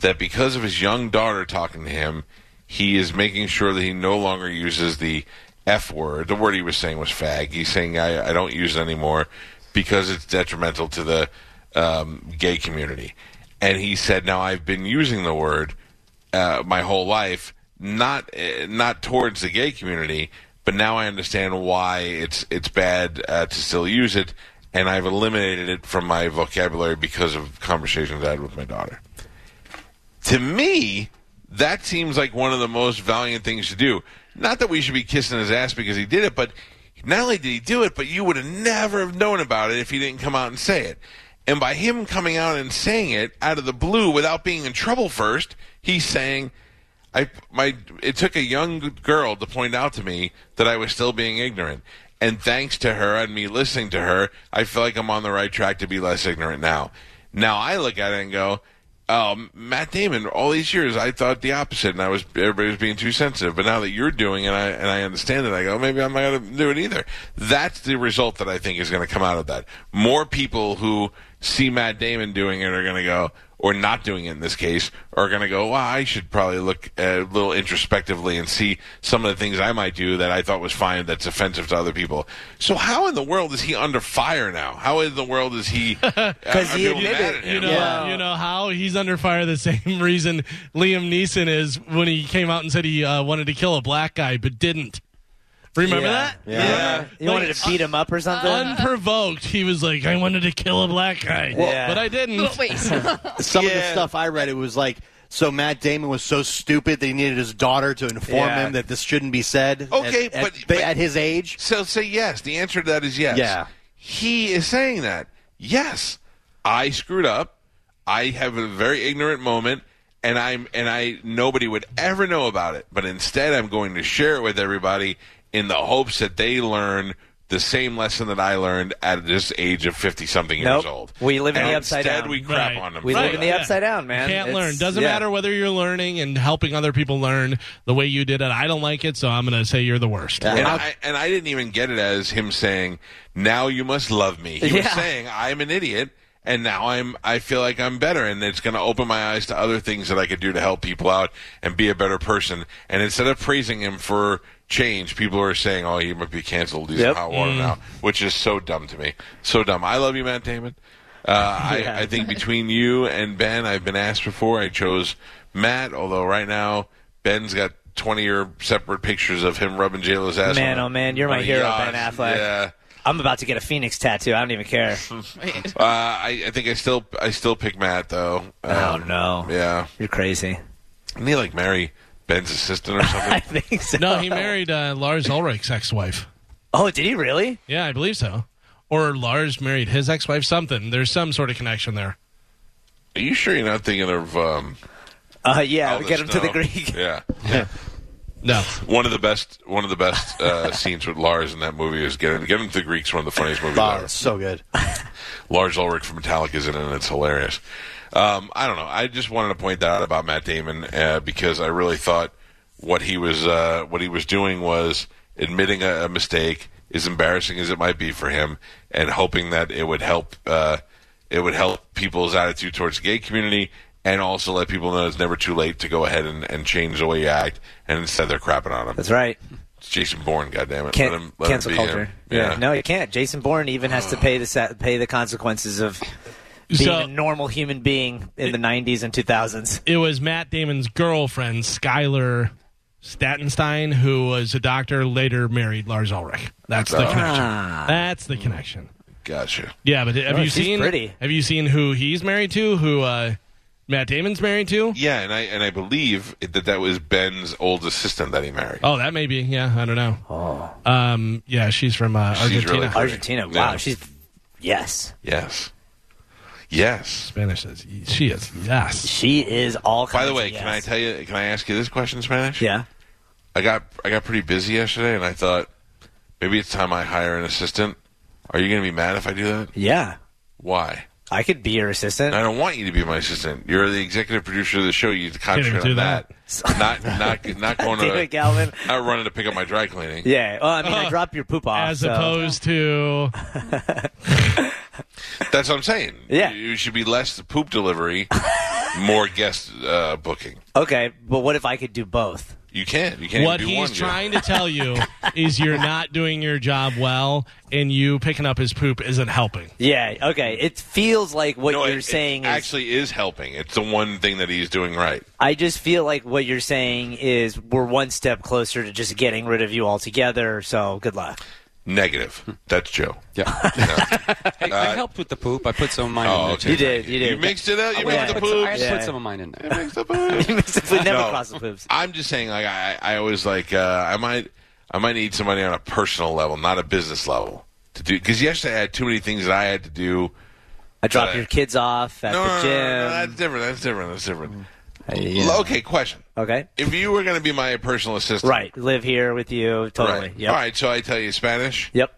[SPEAKER 2] that because of his young daughter talking to him, he is making sure that he no longer uses the F word. The word he was saying was fag. He's saying, I, I don't use it anymore because it's detrimental to the um, gay community. And he said, Now I've been using the eh, word uh, my whole life, not, uh, not towards the gay community, But now I understand why it's it's bad uh, to still use it, and I've eliminated it from my vocabulary because of conversations I had with my daughter. To me, that seems like one of the most valiant things to do. Not that we should be kissing his ass because he did it, but not only did he do it, but you would have never have known about it if he didn't come out and say it. And by him coming out and saying it out of the blue without being in trouble first, he's saying, I my it took a young girl to point out to me that I was still being ignorant. And thanks to her and me listening to her, I feel like I'm on the right track to be less ignorant now. Now I look at it and go, um, Matt Damon, all these years I thought the opposite, and I was everybody was being too sensitive. But now that you're doing, it, and I and I understand it, I go maybe I'm not going to do it either. That's the result that I think is going to come out of that. More people who see Matt Damon doing it are going to go, or not doing it in this case, are going to go. Well, I should probably look uh, a little introspectively and see some of the things I might do that I thought was fine that's offensive to other people. So how in the world is he under fire now? How in the world is he? uh, Because
[SPEAKER 6] he admitted it,
[SPEAKER 3] You know, you know how he's under fire the same reason Liam Neeson is when he came out and said he uh, wanted to kill a black guy but didn't. Remember that?
[SPEAKER 6] Yeah. You wanted to beat him up or something?
[SPEAKER 3] Unprovoked, he was like, "I wanted to kill a black guy,
[SPEAKER 6] Yeah.
[SPEAKER 3] but I didn't."
[SPEAKER 5] But wait,
[SPEAKER 4] Some of the stuff I read, it was like, so Matt Damon was so stupid that he needed his daughter to inform
[SPEAKER 6] Yeah.
[SPEAKER 4] him that this shouldn't be said.
[SPEAKER 2] Okay,
[SPEAKER 4] at, at-
[SPEAKER 2] but- but-
[SPEAKER 4] at his age,
[SPEAKER 2] So say yes. The answer to that is yes.
[SPEAKER 4] Yeah.
[SPEAKER 2] He is saying that. Yes. I screwed up. I have a very ignorant moment and I'm and I nobody would ever know about it. But instead I'm going to share it with everybody in the hopes that they learn the same lesson that I learned at this age of fifty something years
[SPEAKER 6] Nope.
[SPEAKER 2] old.
[SPEAKER 6] We live in
[SPEAKER 2] And
[SPEAKER 6] the upside
[SPEAKER 2] instead
[SPEAKER 6] down.
[SPEAKER 2] we crap
[SPEAKER 3] Right.
[SPEAKER 2] on them.
[SPEAKER 6] We
[SPEAKER 2] for
[SPEAKER 6] live in
[SPEAKER 2] that.
[SPEAKER 6] the upside down, man.
[SPEAKER 3] Can't
[SPEAKER 6] It's-
[SPEAKER 3] learn. Doesn't
[SPEAKER 6] yeah.
[SPEAKER 3] matter whether you're learning and helping other people learn the way you did it. I don't like it, so I'm going to say you're the worst.
[SPEAKER 2] And I, and I didn't even get it as him saying, "Now you must love me." He was
[SPEAKER 6] Yeah.
[SPEAKER 2] saying, "I'm an idiot, and now I'm I feel like I'm better, and it's going to open my eyes to other things that I could do to help people out and be a better person." And instead of praising him for change, people are saying, "Oh, he might be canceled. He's
[SPEAKER 6] Yep. Mm.
[SPEAKER 2] in hot water now," which is so dumb to me. So dumb. I love you, Matt Damon. Uh, I, I think between you and Ben, I've been asked before. I chose Matt, although right now Ben's got twenty or separate pictures of him rubbing Jayla's ass.
[SPEAKER 6] Man,
[SPEAKER 2] on-
[SPEAKER 6] oh man, you're my
[SPEAKER 2] on a
[SPEAKER 6] hero,
[SPEAKER 2] yacht.
[SPEAKER 6] Ben Affleck.
[SPEAKER 2] Yeah,
[SPEAKER 6] I'm about to get a phoenix tattoo. I don't even care.
[SPEAKER 5] wait.
[SPEAKER 2] uh, I, I think I still I still pick Matt though.
[SPEAKER 6] oh
[SPEAKER 2] Um,
[SPEAKER 6] no,
[SPEAKER 2] Yeah,
[SPEAKER 6] you're crazy.
[SPEAKER 2] and he like marry Ben's assistant or
[SPEAKER 6] I
[SPEAKER 2] something.
[SPEAKER 6] think so.
[SPEAKER 3] No, he married uh, Lars Ulrich's ex-wife.
[SPEAKER 6] Oh, did he really?
[SPEAKER 3] Yeah, I believe so. Or Lars married his ex-wife. Something. There's some sort of connection there.
[SPEAKER 2] Are you sure you're not thinking of? Um,
[SPEAKER 6] Uh, yeah,
[SPEAKER 2] Elvis
[SPEAKER 6] get him to the
[SPEAKER 2] Snow?
[SPEAKER 6] Greek.
[SPEAKER 2] Oh, Yeah,
[SPEAKER 3] No.
[SPEAKER 2] one of the best one of the best uh, scenes with Lars in that movie is get him get him to the Greeks. One of the funniest movies.
[SPEAKER 4] wow,
[SPEAKER 2] ever.
[SPEAKER 4] Oh, it's so good.
[SPEAKER 2] Lars Ulrich from Metallica's in it, and it's hilarious. Um, I don't know. I just wanted to point that out about Matt Damon uh, because I really thought what he was uh, what he was doing was admitting a, a mistake, as embarrassing as it might be for him, and hoping that it would help uh, it would help people's attitude towards the gay community, and also let people know it's never too late to go ahead and, and change the way you act. And instead, they're crapping on him.
[SPEAKER 6] That's right.
[SPEAKER 2] It's Jason Bourne, goddammit.
[SPEAKER 6] Can't,
[SPEAKER 2] let him, let
[SPEAKER 6] cancel
[SPEAKER 2] him be
[SPEAKER 6] culture.
[SPEAKER 2] Him.
[SPEAKER 6] Yeah. no, you can't. Jason Bourne even has to pay the sa- pay the consequences of being
[SPEAKER 3] So-
[SPEAKER 6] a normal human being in the '90s and 2000s.
[SPEAKER 3] it was Matt Damon's girlfriend, Skylar Statenstein, who was a doctor, later married Lars Ulrich. That's
[SPEAKER 2] Ah.
[SPEAKER 3] the connection. That's the connection.
[SPEAKER 2] gotcha.
[SPEAKER 3] Yeah, but have
[SPEAKER 6] Oh,
[SPEAKER 3] you
[SPEAKER 6] she's
[SPEAKER 3] seen
[SPEAKER 6] pretty.
[SPEAKER 3] Have you seen who he's married to? Who uh, Matt Damon's married to?
[SPEAKER 2] Yeah, and I and I believe that that was Ben's old assistant that he married.
[SPEAKER 3] Oh, that may be. Yeah, I don't know. Oh. Um, yeah, she's from uh,
[SPEAKER 2] She's
[SPEAKER 3] Argentina.
[SPEAKER 2] really pretty.
[SPEAKER 6] Argentina.
[SPEAKER 2] Yeah.
[SPEAKER 6] Wow, she's yes,
[SPEAKER 2] yes, yes.
[SPEAKER 3] Spanish says she is. Yes.
[SPEAKER 6] she is all.
[SPEAKER 2] By
[SPEAKER 6] Kinds
[SPEAKER 2] the way,
[SPEAKER 6] of yes.
[SPEAKER 2] can I tell you? Can I ask you this question in Spanish?
[SPEAKER 6] Yeah.
[SPEAKER 2] I got I got pretty busy yesterday, and I thought maybe it's time I hire an assistant. Are you going to be mad if I do that?
[SPEAKER 6] Yeah.
[SPEAKER 2] Why?
[SPEAKER 6] I could be your assistant.
[SPEAKER 2] I don't want you to be my assistant. You're the executive producer of the show. You need to concentrate
[SPEAKER 3] do
[SPEAKER 2] on that. not not not going
[SPEAKER 6] David
[SPEAKER 2] to
[SPEAKER 6] Galvin.
[SPEAKER 2] not running to pick up my dry cleaning.
[SPEAKER 6] Yeah. Well, I mean, I drop your poop off.
[SPEAKER 3] As
[SPEAKER 6] so-
[SPEAKER 3] opposed to
[SPEAKER 2] That's what I'm saying.
[SPEAKER 6] Yeah.
[SPEAKER 2] You you should be less the poop delivery more guest uh, booking.
[SPEAKER 6] Okay, but what if I could do both?
[SPEAKER 2] You can't. You can't
[SPEAKER 3] what
[SPEAKER 2] even do one.
[SPEAKER 3] he's
[SPEAKER 2] Joe.
[SPEAKER 3] trying to tell you is you're not doing your job well, and you picking up his poop isn't helping.
[SPEAKER 6] Yeah. Okay. It feels like what
[SPEAKER 2] No, it-
[SPEAKER 6] you're
[SPEAKER 2] it
[SPEAKER 6] saying is.
[SPEAKER 2] actually is helping. It's the one thing that he's doing right.
[SPEAKER 6] I just feel like what you're saying is we're one step closer to just getting rid of you altogether. So good luck.
[SPEAKER 2] Negative. That's Joe.
[SPEAKER 8] Yeah.
[SPEAKER 2] Yeah.
[SPEAKER 8] Hey, I helped with the poop. I put some of mine
[SPEAKER 2] Oh,
[SPEAKER 8] in there.
[SPEAKER 2] okay.
[SPEAKER 8] too.
[SPEAKER 6] You did. You did.
[SPEAKER 2] You mixed it up. You
[SPEAKER 8] I
[SPEAKER 2] mixed
[SPEAKER 8] put
[SPEAKER 2] the
[SPEAKER 8] some-
[SPEAKER 2] poops.
[SPEAKER 8] I
[SPEAKER 6] poops.
[SPEAKER 8] put
[SPEAKER 6] Yeah.
[SPEAKER 8] some of mine in there.
[SPEAKER 2] You mixed the poops.
[SPEAKER 6] We never
[SPEAKER 2] No.
[SPEAKER 6] cross the poops.
[SPEAKER 2] I'm just saying, like I, I was like, uh, I might, I might need somebody on a personal level, not a business level, to do. Because yesterday I had too many things that I had to do.
[SPEAKER 6] I drop
[SPEAKER 2] Uh,
[SPEAKER 6] your kids off at
[SPEAKER 2] No, no,
[SPEAKER 6] the
[SPEAKER 2] no,
[SPEAKER 6] gym.
[SPEAKER 2] no, no, that's different. That's different. That's different.
[SPEAKER 8] Hey, you know.
[SPEAKER 2] Okay, question.
[SPEAKER 6] okay.
[SPEAKER 2] If you were going to be my personal assistant,
[SPEAKER 6] Right. Live here with you. Totally.
[SPEAKER 2] Right.
[SPEAKER 6] Yep.
[SPEAKER 2] All right. So I tell you Spanish.
[SPEAKER 6] Yep.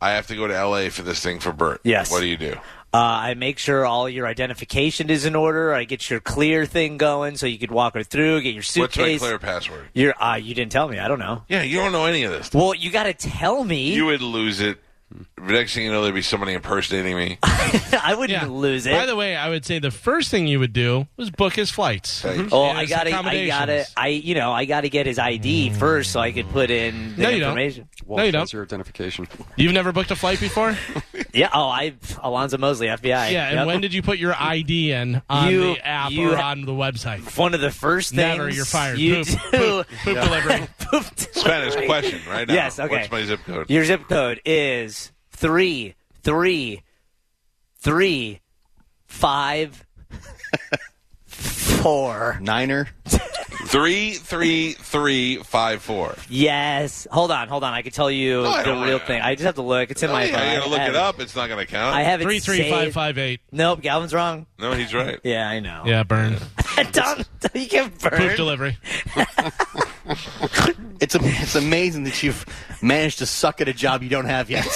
[SPEAKER 2] I have to go to L.A. for this thing for Bert.
[SPEAKER 6] Yes.
[SPEAKER 2] What do you do?
[SPEAKER 6] Uh, I make sure all your identification is in order. I get your clear thing going so you could walk her through, get your
[SPEAKER 2] What's my
[SPEAKER 6] suitcase.
[SPEAKER 2] clear password?
[SPEAKER 6] Your uh, you didn't tell me. I don't know.
[SPEAKER 2] Yeah, you don't know any of this.
[SPEAKER 6] Well, you got to tell me.
[SPEAKER 2] You would lose it. Next thing you know, there'd be somebody impersonating me.
[SPEAKER 6] I wouldn't lose it.
[SPEAKER 3] By the way, I would say the first thing you would do was book his flights.
[SPEAKER 6] Oh,
[SPEAKER 3] And his
[SPEAKER 6] I gotta, I gotta,
[SPEAKER 3] accommodations.
[SPEAKER 6] I, you know, I gotta get his ID first so I could put in the
[SPEAKER 3] No, you don't.
[SPEAKER 6] information.
[SPEAKER 8] Wolf,
[SPEAKER 3] No, you
[SPEAKER 8] that's
[SPEAKER 3] don't.
[SPEAKER 8] your identification.
[SPEAKER 3] You've never booked a flight before?
[SPEAKER 6] Yeah. Oh, I, Alonzo Mosley, FBI.
[SPEAKER 3] yeah. And
[SPEAKER 6] Yep.
[SPEAKER 3] when did you put your ID in on
[SPEAKER 6] You-
[SPEAKER 3] the app
[SPEAKER 6] you
[SPEAKER 3] or
[SPEAKER 6] ha-
[SPEAKER 3] on the website?
[SPEAKER 6] one of the first things
[SPEAKER 3] Never. You're fired.
[SPEAKER 6] You
[SPEAKER 3] poop.
[SPEAKER 6] do.
[SPEAKER 3] Poop, poop delivery.
[SPEAKER 6] Poop delivery.
[SPEAKER 2] Spanish question right now.
[SPEAKER 6] Yes, okay.
[SPEAKER 2] What's my zip code?
[SPEAKER 6] Your zip code is three, three, three, five, four.
[SPEAKER 4] Niner.
[SPEAKER 2] Three three three five four.
[SPEAKER 6] Yes. Hold on, hold on. I can tell you
[SPEAKER 2] I
[SPEAKER 6] the
[SPEAKER 2] don't
[SPEAKER 6] real
[SPEAKER 2] wanna-
[SPEAKER 6] thing. I just have to look. It's in
[SPEAKER 2] Oh,
[SPEAKER 6] my.
[SPEAKER 2] yeah, you
[SPEAKER 6] I
[SPEAKER 2] gotta look
[SPEAKER 6] have-
[SPEAKER 2] it up. It's not gonna count.
[SPEAKER 6] I have it
[SPEAKER 3] Three three five
[SPEAKER 6] saved.
[SPEAKER 3] five eight.
[SPEAKER 6] Nope, Galvin's wrong.
[SPEAKER 2] no, he's right.
[SPEAKER 6] Yeah, I know.
[SPEAKER 3] Yeah, burn.
[SPEAKER 6] Don't you get
[SPEAKER 3] Poop
[SPEAKER 6] burned.
[SPEAKER 3] delivery.
[SPEAKER 4] It's am- it's amazing that you've managed to suck at a job you don't have yet.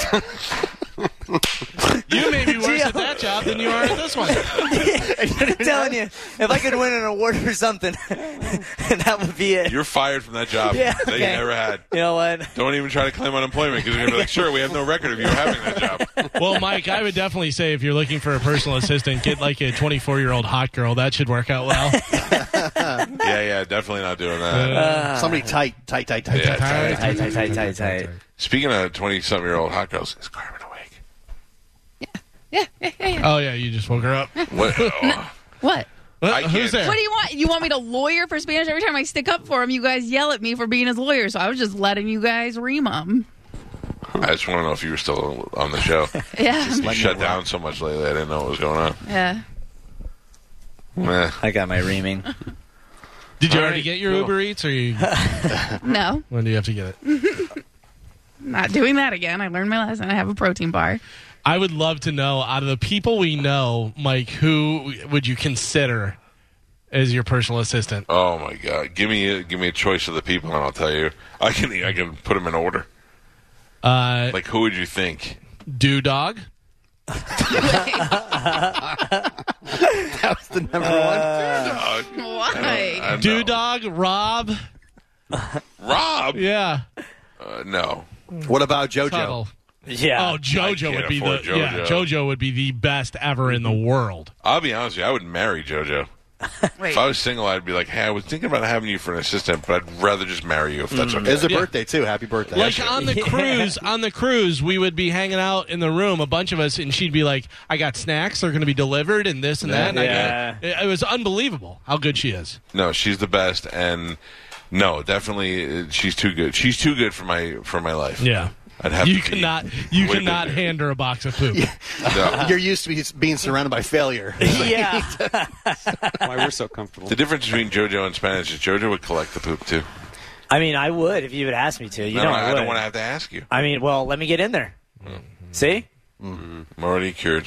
[SPEAKER 3] You may be worse at that job than you are at this one.
[SPEAKER 6] I'm telling you, if I could win an award for something, that would be it.
[SPEAKER 2] You're fired from that job
[SPEAKER 6] Yeah,
[SPEAKER 2] that you
[SPEAKER 6] okay.
[SPEAKER 2] never had.
[SPEAKER 6] you know what?
[SPEAKER 2] Don't even try to claim unemployment because they're gonna be like, sure, we have no record of you having that job.
[SPEAKER 3] Well, Mike, I would definitely say if you're looking for a personal assistant, get like a 24 year old hot girl. That should work out well.
[SPEAKER 2] Yeah, yeah, definitely not doing that.
[SPEAKER 4] Somebody tight, tight, tight, tight,
[SPEAKER 2] Yeah,
[SPEAKER 4] tight.
[SPEAKER 2] tight.
[SPEAKER 6] Tight, tight, tight, tight, tight.
[SPEAKER 2] Speaking of twenty-something-year-old hot girls, is Carmen awake?
[SPEAKER 3] Oh yeah, you just woke her up.
[SPEAKER 2] What? oh,
[SPEAKER 5] What?
[SPEAKER 3] Well,
[SPEAKER 2] I can't-
[SPEAKER 3] who's there?
[SPEAKER 5] What do you want? You want me to lawyer for Spanish? Every time I stick up for him, you guys yell at me for being his lawyer. So I was just letting you guys ream him.
[SPEAKER 2] I just want to know if you were still on the show.
[SPEAKER 5] Yeah.
[SPEAKER 2] You shut down so much lately. I didn't know what was going on.
[SPEAKER 5] Yeah.
[SPEAKER 2] Meh.
[SPEAKER 6] I got my reaming.
[SPEAKER 3] Did you
[SPEAKER 2] All
[SPEAKER 3] already
[SPEAKER 2] right,
[SPEAKER 3] get your
[SPEAKER 2] cool.
[SPEAKER 3] Uber Eats, or you,
[SPEAKER 5] No,
[SPEAKER 3] when do you have to get it?
[SPEAKER 5] not doing that again. I learned my lesson. I have a protein bar.
[SPEAKER 3] I would love to know out of the people we know, Mike, who would you consider as your personal assistant?
[SPEAKER 2] Oh my god! Give me a, give me a choice of the people, and I'll tell you. I can I can put them in order.
[SPEAKER 3] Uh,
[SPEAKER 2] Like who would you think?
[SPEAKER 3] Do dog.
[SPEAKER 4] That was the number
[SPEAKER 2] Uh,
[SPEAKER 5] Why?
[SPEAKER 2] I don't
[SPEAKER 3] Do
[SPEAKER 2] know.
[SPEAKER 3] dog. Rob.
[SPEAKER 2] Rob?
[SPEAKER 3] Yeah.
[SPEAKER 2] Uh, no.
[SPEAKER 4] one. What about JoJo?
[SPEAKER 3] Tuttle.
[SPEAKER 6] Yeah.
[SPEAKER 3] Oh,
[SPEAKER 2] I
[SPEAKER 3] JoJo
[SPEAKER 2] can't
[SPEAKER 3] would be the
[SPEAKER 2] afford
[SPEAKER 3] yeah.
[SPEAKER 2] JoJo.
[SPEAKER 3] JoJo would be the best ever in the world.
[SPEAKER 2] I'll be honest with you. I would marry JoJo.
[SPEAKER 5] Wait.
[SPEAKER 2] If I was single, I'd be like, hey, I was thinking about having you for an assistant, but I'd rather just marry you if that's
[SPEAKER 4] It
[SPEAKER 2] okay.
[SPEAKER 4] was her birthday too. Happy birthday!
[SPEAKER 3] Like on the cruise, on the cruise, we would be hanging out in the room, a bunch of us, and she'd be like, "I got snacks. They're going to be delivered, and this and that." And
[SPEAKER 6] Yeah.
[SPEAKER 3] I got, it, it was unbelievable how good she is.
[SPEAKER 2] No, she's the best, and no, definitely, uh, she's too good. She's too good for my for my life. I'd have
[SPEAKER 3] you
[SPEAKER 2] to be
[SPEAKER 3] cannot, you
[SPEAKER 2] way
[SPEAKER 3] cannot
[SPEAKER 2] bigger.
[SPEAKER 3] hand her a box of poop.
[SPEAKER 2] No.
[SPEAKER 4] You're used to be, being surrounded by failure.
[SPEAKER 3] Oh,
[SPEAKER 6] Yeah.
[SPEAKER 8] Why we're so comfortable.
[SPEAKER 2] The difference between JoJo and Spanish is JoJo would collect the poop too.
[SPEAKER 6] I mean, I would if you would ask me to. You
[SPEAKER 2] I
[SPEAKER 6] know,
[SPEAKER 2] don't-
[SPEAKER 6] I,
[SPEAKER 2] I
[SPEAKER 6] would.
[SPEAKER 2] don't want to have Mm-hmm. to ask you.
[SPEAKER 6] I mean, well, let me get in there. See?
[SPEAKER 2] I'm already cured.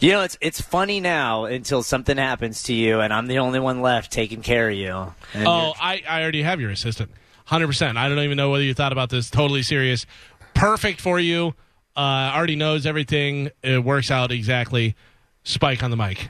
[SPEAKER 6] You know, it's it's funny now until something happens to you, and I'm the only one left taking care of you. And
[SPEAKER 3] Oh, I, I already have your assistant, hundred percent. I don't even know whether you thought about this. Totally serious, perfect for you. Uh, already knows everything. It works out exactly. Spike on the mic.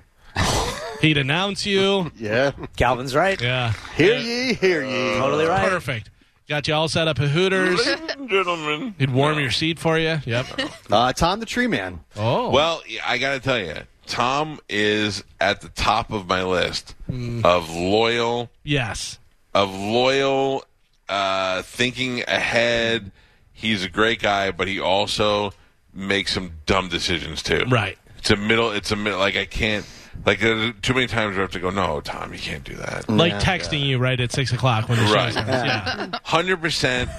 [SPEAKER 3] He'd announce you.
[SPEAKER 4] yeah,
[SPEAKER 6] Calvin's right.
[SPEAKER 3] Yeah,
[SPEAKER 4] hear ye, hear
[SPEAKER 8] Uh,
[SPEAKER 4] ye.
[SPEAKER 6] Totally right.
[SPEAKER 3] perfect. Got you all set up at Hooters.
[SPEAKER 2] Gentlemen.
[SPEAKER 3] He'd warm your seat for you. Yep.
[SPEAKER 4] Uh, Tom the Tree Man.
[SPEAKER 3] Oh.
[SPEAKER 2] Well, I got to tell you, Tom is at the top of my list
[SPEAKER 6] Mm.
[SPEAKER 2] of loyal
[SPEAKER 3] Yes.
[SPEAKER 2] of loyal, uh, thinking ahead. He's a great guy, but he also makes some dumb decisions too.
[SPEAKER 3] Right.
[SPEAKER 2] It's a middle. It's a middle. Like I can't. Like there are too many times where I have to go. No, Tom, you can't do that.
[SPEAKER 3] Like texting you right at six o'clock when the
[SPEAKER 2] Right.
[SPEAKER 3] show's on. Yeah.
[SPEAKER 2] Hundred percent.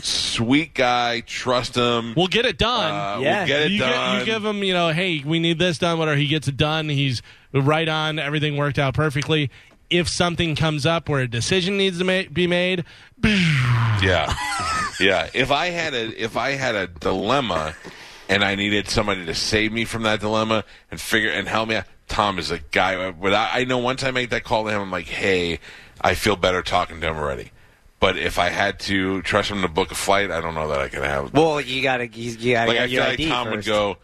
[SPEAKER 2] Sweet guy. Trust him.
[SPEAKER 3] We'll get it done.
[SPEAKER 2] Uh,
[SPEAKER 6] Yeah.
[SPEAKER 2] We'll get it
[SPEAKER 3] you, gi-
[SPEAKER 2] done.
[SPEAKER 3] you give him, you know, hey, we need this done, whatever. He gets it done. He's right on. Everything worked out perfectly. If something comes up where a decision needs to ma- be made,
[SPEAKER 2] Yeah, yeah. If I had a if I had a dilemma, and I needed somebody to save me from that dilemma and figure and help me out, Tom is a guy. Without I know once I make that call to him, I'm like, hey, I feel better talking to him already. But if I had to trust him to book a flight, I don't know that I can have.
[SPEAKER 6] Well, you gotta, you, you gotta
[SPEAKER 2] like
[SPEAKER 6] get
[SPEAKER 2] I feel
[SPEAKER 6] your
[SPEAKER 2] like
[SPEAKER 6] ID
[SPEAKER 2] Tom would
[SPEAKER 6] first.
[SPEAKER 2] go.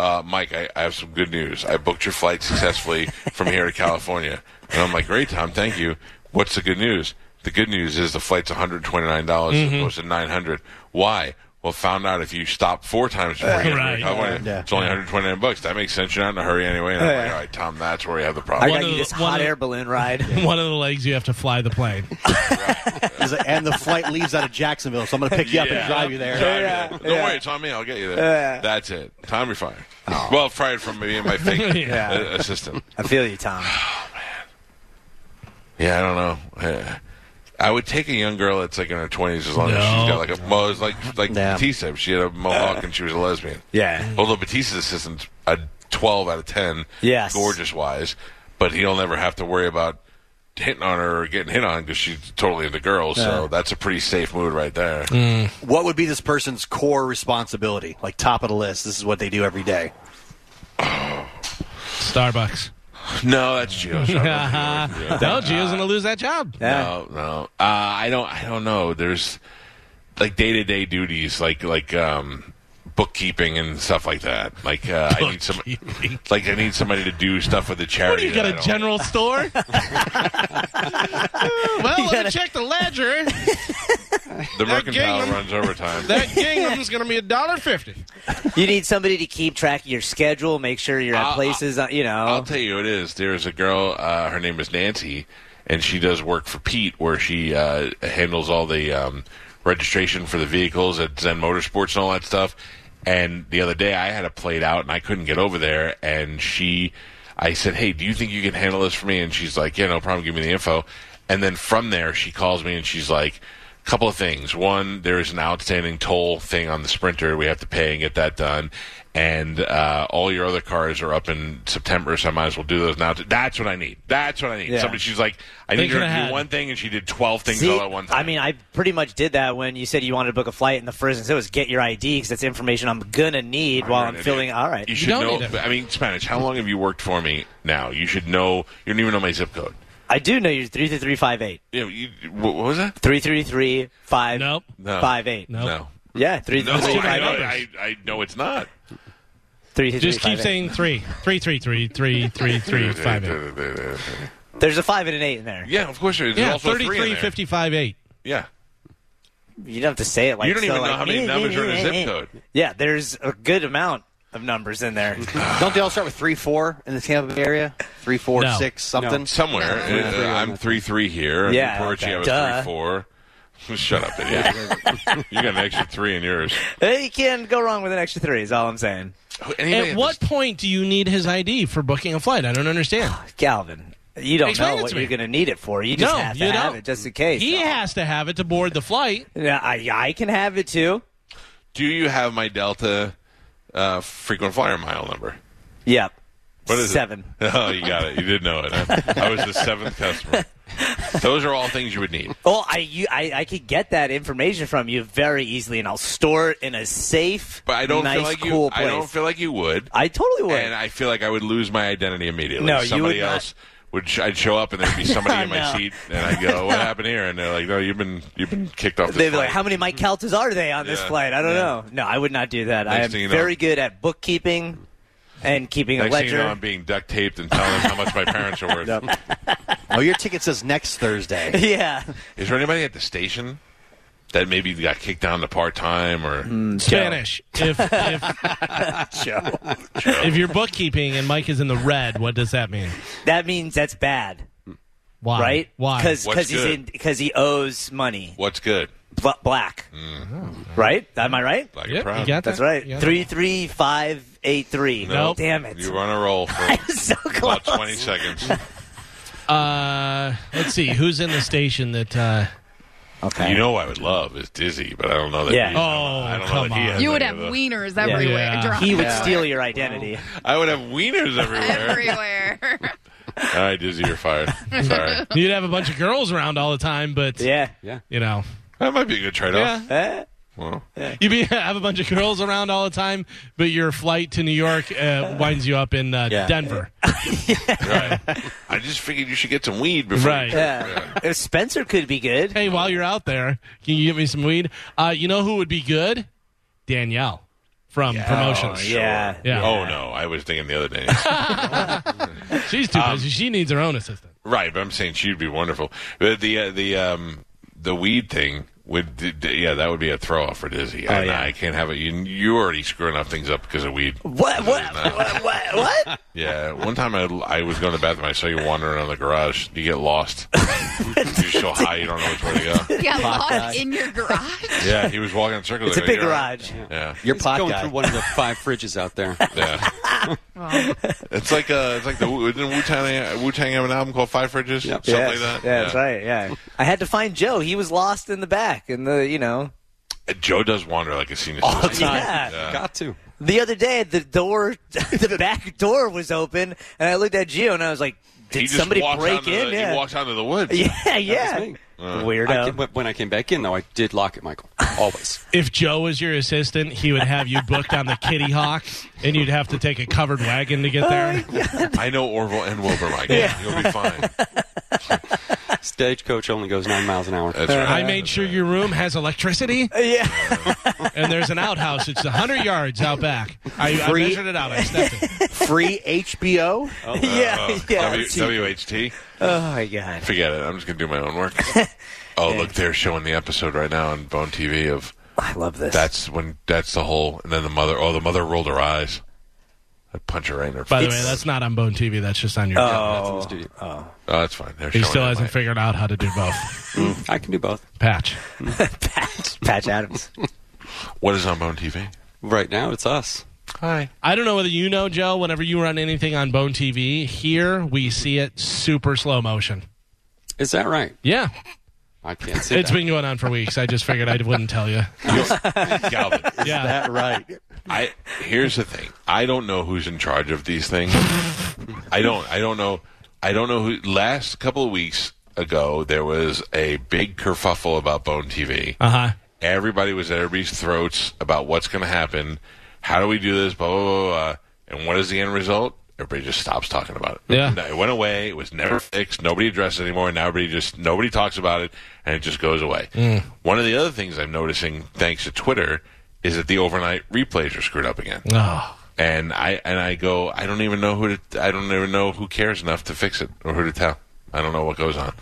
[SPEAKER 2] Uh, Mike, I, I have some good news. I booked your flight successfully from here to California. And I'm like, great, Tom, thank you. What's the good news? The good news is the flight's $129 dollars as opposed to 900 Why? Well, found out if you stop four times before you get
[SPEAKER 3] Right.
[SPEAKER 2] to California,
[SPEAKER 4] Yeah.
[SPEAKER 2] it's only 129 bucks. That makes sense. You're not in a hurry anyway. And I'm like, all right, Tom, that's where you have the
[SPEAKER 6] I
[SPEAKER 2] problem.
[SPEAKER 3] One
[SPEAKER 6] got
[SPEAKER 3] of
[SPEAKER 6] you
[SPEAKER 3] the-
[SPEAKER 6] this
[SPEAKER 3] one
[SPEAKER 6] hot
[SPEAKER 3] of-
[SPEAKER 6] air balloon ride.
[SPEAKER 3] one of the legs you have to fly the plane.
[SPEAKER 4] Is it- and the flight leaves out of Jacksonville, so I'm going to pick you up and drive you there.
[SPEAKER 2] Drive you there. Don't worry, it's on me. I'll get you there. That's it. Tom, you're fired.
[SPEAKER 4] Oh.
[SPEAKER 2] Well, fired from me and my fake
[SPEAKER 3] Yeah.
[SPEAKER 2] uh, assistant.
[SPEAKER 6] I feel you, Tom.
[SPEAKER 2] Yeah, I don't know. Yeah. I would take a young girl that's like in her twenties as long as she's got like a well, it's like like
[SPEAKER 4] Yeah.
[SPEAKER 2] Batista. She had a mohawk and she was a lesbian.
[SPEAKER 6] Yeah.
[SPEAKER 2] Although Batista's assistant a twelve out of ten,
[SPEAKER 6] Yes.
[SPEAKER 2] gorgeous wise, but he'll never have to worry about hitting on her or getting hit on because she's totally into girls. So that's a pretty safe mood right there.
[SPEAKER 4] What would be this person's core responsibility? Like top of the list, this is what they do every day.
[SPEAKER 3] Starbucks.
[SPEAKER 2] No, that's Gio.
[SPEAKER 3] no, Gio's going to lose that job.
[SPEAKER 2] No, no. Uh, I don't. I don't know. There's like day to day duties, like like um, bookkeeping and stuff like that. Like uh, I need some,
[SPEAKER 3] Bookkeeping.
[SPEAKER 2] like I need somebody to do stuff with the
[SPEAKER 3] What
[SPEAKER 2] charity.
[SPEAKER 3] do you got
[SPEAKER 2] that I
[SPEAKER 3] a
[SPEAKER 2] don't-
[SPEAKER 3] general store? well, let me
[SPEAKER 6] gotta-
[SPEAKER 3] check the ledger.
[SPEAKER 2] The mercantile
[SPEAKER 3] gingham?
[SPEAKER 2] runs overtime.
[SPEAKER 3] That gingham's going to be a dollar fifty.
[SPEAKER 6] You need somebody to keep track of your schedule, make sure you're at
[SPEAKER 2] I'll-
[SPEAKER 6] places. uh, You
[SPEAKER 2] I'll
[SPEAKER 6] know,
[SPEAKER 2] tell you, it is. There's a girl. Uh, her name is Nancy, and she does work for Pete, where she uh, handles all the um, registration for the vehicles at Zen Motorsports and all that stuff. And the other day, I had it played out, and I couldn't get over there. And she, I said, "Hey, do you think you can handle this for me?" And she's like, "Yeah, no problem. Give me the info." And then from there, she calls me, and she's like. Couple of things. One, there is an outstanding toll thing on the Sprinter. We have to pay and get that done and uh, all your other cars are up in September, so I might as well do those now. That's what I need. That's what I need.
[SPEAKER 6] Yeah.
[SPEAKER 2] Somebody, she's like, I
[SPEAKER 3] Thinking
[SPEAKER 2] need her to
[SPEAKER 3] ahead.
[SPEAKER 2] do one thing, and she did twelve things
[SPEAKER 6] See,
[SPEAKER 2] all at one time.
[SPEAKER 6] I mean, I pretty much did that when you said you wanted to book a flight, and the first thing I said was get your ID because that's information I'm gonna need while
[SPEAKER 2] You're
[SPEAKER 6] I'm
[SPEAKER 2] an
[SPEAKER 6] feeling.
[SPEAKER 2] idiot.
[SPEAKER 6] All right,
[SPEAKER 2] You should
[SPEAKER 3] don't
[SPEAKER 2] know.
[SPEAKER 3] need it.
[SPEAKER 2] I mean, Spanish. How long have you worked for me now? You should know. You don't even know my zip code.
[SPEAKER 6] I do know you're three three three five eight.
[SPEAKER 2] Yeah, you, what, what was that?
[SPEAKER 6] Three three three five
[SPEAKER 3] Nope.
[SPEAKER 2] No.
[SPEAKER 6] five eight.
[SPEAKER 3] Nope.
[SPEAKER 2] No.
[SPEAKER 6] Yeah, three
[SPEAKER 2] No,
[SPEAKER 6] three three
[SPEAKER 2] I,
[SPEAKER 6] five
[SPEAKER 2] know,
[SPEAKER 6] eight.
[SPEAKER 2] I, I know it's not.
[SPEAKER 6] Three three
[SPEAKER 3] Just
[SPEAKER 6] three,
[SPEAKER 3] keep
[SPEAKER 6] five, eight.
[SPEAKER 3] saying three, three, three, three, three, three, three, five, eight.
[SPEAKER 6] There's a five and an eight in there.
[SPEAKER 2] Yeah, of course there is. There's
[SPEAKER 3] Yeah,
[SPEAKER 2] also a three in
[SPEAKER 3] thirty-three,
[SPEAKER 2] there.
[SPEAKER 3] fifty-five, eight.
[SPEAKER 2] Yeah.
[SPEAKER 6] You don't have to say it like
[SPEAKER 2] You don't
[SPEAKER 6] so,
[SPEAKER 2] even know
[SPEAKER 6] like,
[SPEAKER 2] how many
[SPEAKER 6] eh,
[SPEAKER 2] numbers
[SPEAKER 6] eh,
[SPEAKER 2] are in a
[SPEAKER 6] eh,
[SPEAKER 2] zip
[SPEAKER 6] eh.
[SPEAKER 2] code.
[SPEAKER 6] Yeah, there's a good amount of numbers in there.
[SPEAKER 4] Don't they all start with three, four in the Tampa Bay area? Three, four,
[SPEAKER 3] No.
[SPEAKER 4] six, something.
[SPEAKER 2] Somewhere. Uh,
[SPEAKER 8] three on
[SPEAKER 2] I'm
[SPEAKER 8] that.
[SPEAKER 2] three three here.
[SPEAKER 6] Yeah,
[SPEAKER 2] Porci,
[SPEAKER 6] okay.
[SPEAKER 2] I was
[SPEAKER 6] Duh.
[SPEAKER 2] three four. Shut up, idiot. you got an extra three in yours.
[SPEAKER 6] Eh, you can't go wrong with an extra three. Is all I'm saying.
[SPEAKER 2] Anybody
[SPEAKER 3] At
[SPEAKER 2] at
[SPEAKER 3] what
[SPEAKER 2] this-
[SPEAKER 3] point do you need his ID for booking a flight? I don't understand.
[SPEAKER 6] Calvin, you don't
[SPEAKER 3] Explain it
[SPEAKER 6] know what
[SPEAKER 3] to me.
[SPEAKER 6] you're going to need it for. You just
[SPEAKER 3] No,
[SPEAKER 6] have to
[SPEAKER 3] you
[SPEAKER 6] have
[SPEAKER 3] don't.
[SPEAKER 6] it just in case.
[SPEAKER 3] He has to have it to board the flight.
[SPEAKER 6] Yeah, I, I can have it too.
[SPEAKER 2] do you have my Delta uh, frequent flyer mile number?
[SPEAKER 6] Yep.
[SPEAKER 2] What is it?
[SPEAKER 6] Seven.
[SPEAKER 2] Oh, you got it. You did know it. I, I was the seventh customer. Those are all things you would need.
[SPEAKER 6] Oh, I, you, I I could get that information from you very easily, and I'll store it in a safe,
[SPEAKER 2] But I don't
[SPEAKER 6] nice,
[SPEAKER 2] feel like
[SPEAKER 6] cool
[SPEAKER 2] you.
[SPEAKER 6] place.
[SPEAKER 2] I don't feel like you would.
[SPEAKER 6] I totally would.
[SPEAKER 2] and I feel like I would lose my identity immediately.
[SPEAKER 6] No, you
[SPEAKER 2] somebody
[SPEAKER 6] would not.
[SPEAKER 2] else would. Sh- I'd show up and there'd be somebody in my
[SPEAKER 6] No.
[SPEAKER 2] seat, and I'd go, "What happened here?" And they're like, "No, you've been you've been kicked off." This
[SPEAKER 6] They'd be
[SPEAKER 2] flight."
[SPEAKER 6] like, "How many Mike Caltas are they on this
[SPEAKER 2] Mm-hmm. Yeah,
[SPEAKER 6] flight?" I don't know. No, I would not do that. I
[SPEAKER 2] Next
[SPEAKER 6] am
[SPEAKER 2] thing you know-
[SPEAKER 6] very good at bookkeeping and keeping
[SPEAKER 2] Next
[SPEAKER 6] a
[SPEAKER 2] thing you
[SPEAKER 6] ledger.
[SPEAKER 2] know, I'm being duct taped and telling them how much my parents are worth.
[SPEAKER 4] Yep. oh, your ticket says next Thursday.
[SPEAKER 6] yeah,
[SPEAKER 2] Is there anybody at the station? that maybe got kicked down to part time or
[SPEAKER 6] Hmm.
[SPEAKER 3] Spanish. If if
[SPEAKER 4] Joe.
[SPEAKER 3] if you're bookkeeping and Mike is in the red, what does that mean?
[SPEAKER 6] That means that's bad,
[SPEAKER 3] Why?
[SPEAKER 6] right?
[SPEAKER 3] Why?
[SPEAKER 6] Because
[SPEAKER 2] What's
[SPEAKER 6] he's
[SPEAKER 2] good?
[SPEAKER 6] in because he owes money.
[SPEAKER 2] what's good?
[SPEAKER 6] Bl- black,
[SPEAKER 2] Mm-hmm.
[SPEAKER 6] right? Am I right?
[SPEAKER 2] Like
[SPEAKER 3] Yep,
[SPEAKER 2] a
[SPEAKER 3] you
[SPEAKER 2] proud.
[SPEAKER 3] got
[SPEAKER 6] That's
[SPEAKER 3] that?
[SPEAKER 6] right.
[SPEAKER 3] You got
[SPEAKER 6] Three three five eight three. Oh,
[SPEAKER 3] Nope.
[SPEAKER 6] damn it.
[SPEAKER 2] You were on a roll for
[SPEAKER 6] I was so close.
[SPEAKER 2] about 20 seconds.
[SPEAKER 3] that? Uh, let's see. Who's in the station that? Uh,
[SPEAKER 6] Okay.
[SPEAKER 2] You know, I would love is Dizzy, but I don't know that.
[SPEAKER 6] Yeah.
[SPEAKER 2] he's-
[SPEAKER 3] Oh,
[SPEAKER 2] I don't know
[SPEAKER 3] come
[SPEAKER 2] that he
[SPEAKER 3] on.
[SPEAKER 2] has
[SPEAKER 5] You would
[SPEAKER 2] any
[SPEAKER 5] have
[SPEAKER 2] of those.
[SPEAKER 5] wieners everywhere.
[SPEAKER 3] Yeah.
[SPEAKER 5] Drop
[SPEAKER 6] he would steal your identity.
[SPEAKER 2] I would have wieners everywhere.
[SPEAKER 5] everywhere.
[SPEAKER 2] All right, Dizzy, you're fired. Sorry,
[SPEAKER 3] you'd have a bunch of girls around all the time, but
[SPEAKER 6] Yeah.
[SPEAKER 3] you know,
[SPEAKER 2] that might be a good trade-off.
[SPEAKER 3] yeah.
[SPEAKER 6] Eh?
[SPEAKER 2] Well,
[SPEAKER 3] You be, have a bunch of girls around all the time, but your flight to New York uh, winds you up in uh,
[SPEAKER 6] Yeah.
[SPEAKER 3] Denver.
[SPEAKER 2] right. I just figured you should get some weed before. you-
[SPEAKER 3] Right.
[SPEAKER 6] Yeah. If uh, Spencer could be good.
[SPEAKER 3] Hey, while you're out there, can you get me some weed? Uh, you know who would be good? Danielle from
[SPEAKER 6] Oh,
[SPEAKER 3] promotions.
[SPEAKER 6] yeah.
[SPEAKER 3] Yeah.
[SPEAKER 2] Oh no, I was thinking the other day.
[SPEAKER 3] She's too busy. She needs her own assistant.
[SPEAKER 2] right, but I'm saying she'd be wonderful. But the uh, the um the weed thing would d- d- yeah that would be a throw off for Dizzy. I,
[SPEAKER 6] Oh, yeah.
[SPEAKER 2] I can't have it. You, you're already screwing up things up because of weed.
[SPEAKER 6] What? What? What? What? what?
[SPEAKER 2] Yeah, one time I, I was going to the bathroom. I saw you wandering around the garage. You get lost. You're so high you don't know which way to go.
[SPEAKER 5] yeah, locked in your garage.
[SPEAKER 2] Yeah, he was walking in circles.
[SPEAKER 6] It's a
[SPEAKER 2] I go,
[SPEAKER 6] big
[SPEAKER 2] "You're right."
[SPEAKER 6] garage.
[SPEAKER 2] Yeah,
[SPEAKER 8] You're going through one of the five fridges out there.
[SPEAKER 2] yeah.
[SPEAKER 5] Well,
[SPEAKER 2] It's like uh, it's like the Wu Tang Wu Tang uh, have an album called Five Fridges,
[SPEAKER 8] Yep.
[SPEAKER 2] something
[SPEAKER 6] Yes.
[SPEAKER 2] like that.
[SPEAKER 6] Yeah, that's right. Yeah, I had to find Joe. He was lost in the back, and the you know
[SPEAKER 2] Uh, Joe does wander like a senior
[SPEAKER 8] All the
[SPEAKER 2] citizen.
[SPEAKER 8] time.
[SPEAKER 6] Yeah.
[SPEAKER 8] Got to.
[SPEAKER 6] the other day the door, the back door was open, and I looked at Gio and I was like, "Did
[SPEAKER 2] He just
[SPEAKER 6] somebody
[SPEAKER 2] walks
[SPEAKER 6] break
[SPEAKER 2] onto
[SPEAKER 6] in?"
[SPEAKER 2] The, He
[SPEAKER 6] yeah.
[SPEAKER 2] walks onto the woods.
[SPEAKER 6] yeah, yeah,
[SPEAKER 8] me.
[SPEAKER 2] Uh,
[SPEAKER 8] I
[SPEAKER 6] Weirdo.
[SPEAKER 8] did, when I came back in, though, I did lock it, Michael. Always.
[SPEAKER 3] If Joe was your assistant, he would have you booked on the Kitty Hawk, and you'd have to take a covered wagon to get there.
[SPEAKER 2] I know Orville and Wilbur, Michael. You'll be fine.
[SPEAKER 8] Stagecoach only goes nine miles an hour.
[SPEAKER 2] That's right.
[SPEAKER 3] I made sure your room has electricity,
[SPEAKER 6] yeah.
[SPEAKER 3] and there's an outhouse. It's 100 yards out back. I, I
[SPEAKER 4] Free-
[SPEAKER 3] measured it out. I stepped it.
[SPEAKER 4] Free HBO.
[SPEAKER 6] yeah. Yeah.
[SPEAKER 2] Oh, Uh, W- WHT.
[SPEAKER 6] oh my god.
[SPEAKER 2] Forget it. I'm just gonna do my own work. Oh, look, they're showing the episode right now on Bone TV of
[SPEAKER 6] I love this.
[SPEAKER 2] that's when that's the whole, and then the mother. Oh, the mother rolled her eyes. I would punch her right in her.
[SPEAKER 3] By the
[SPEAKER 2] face.
[SPEAKER 3] way, that's not on Bone TV. That's just on your.
[SPEAKER 8] That's in the studio.
[SPEAKER 2] oh, that's fine. They're
[SPEAKER 3] he
[SPEAKER 2] showing
[SPEAKER 3] still
[SPEAKER 2] it,
[SPEAKER 3] hasn't
[SPEAKER 2] Mike.
[SPEAKER 3] figured out how to do both.
[SPEAKER 8] I can do both.
[SPEAKER 3] Patch.
[SPEAKER 6] Patch, Patch Adams.
[SPEAKER 2] What is on Bone TV?
[SPEAKER 8] Right now, it's us.
[SPEAKER 2] Hi.
[SPEAKER 3] I don't know whether you know, Joe, whenever you run anything on Bone TV, here we see it super slow motion.
[SPEAKER 8] Is that right?
[SPEAKER 3] Yeah.
[SPEAKER 8] I can't see
[SPEAKER 3] It's
[SPEAKER 8] that.
[SPEAKER 3] been going on for weeks. I just figured I wouldn't tell you.
[SPEAKER 2] Galvin.
[SPEAKER 3] Yeah.
[SPEAKER 4] That right.
[SPEAKER 2] I here's the thing. I don't know who's in charge of these things. I don't. I don't know. I don't know who. Last couple of weeks ago, there was a big kerfuffle about Bone TV.
[SPEAKER 3] Uh huh.
[SPEAKER 2] Everybody was at everybody's throats about what's going to happen. How do we do this? Blah blah blah. blah. And what is the end result? Everybody just stops talking about it.
[SPEAKER 3] Yeah.
[SPEAKER 2] No, it went away. It was never fixed. Nobody addressed it anymore. Now everybody just nobody talks about it, and it just goes away. One of the other things I'm noticing, thanks to Twitter, is that the overnight replays are screwed up again
[SPEAKER 3] Oh.
[SPEAKER 2] and I and I go, I don't even know who to, I don't even know who cares enough to fix it or who to tell. I don't know what goes on.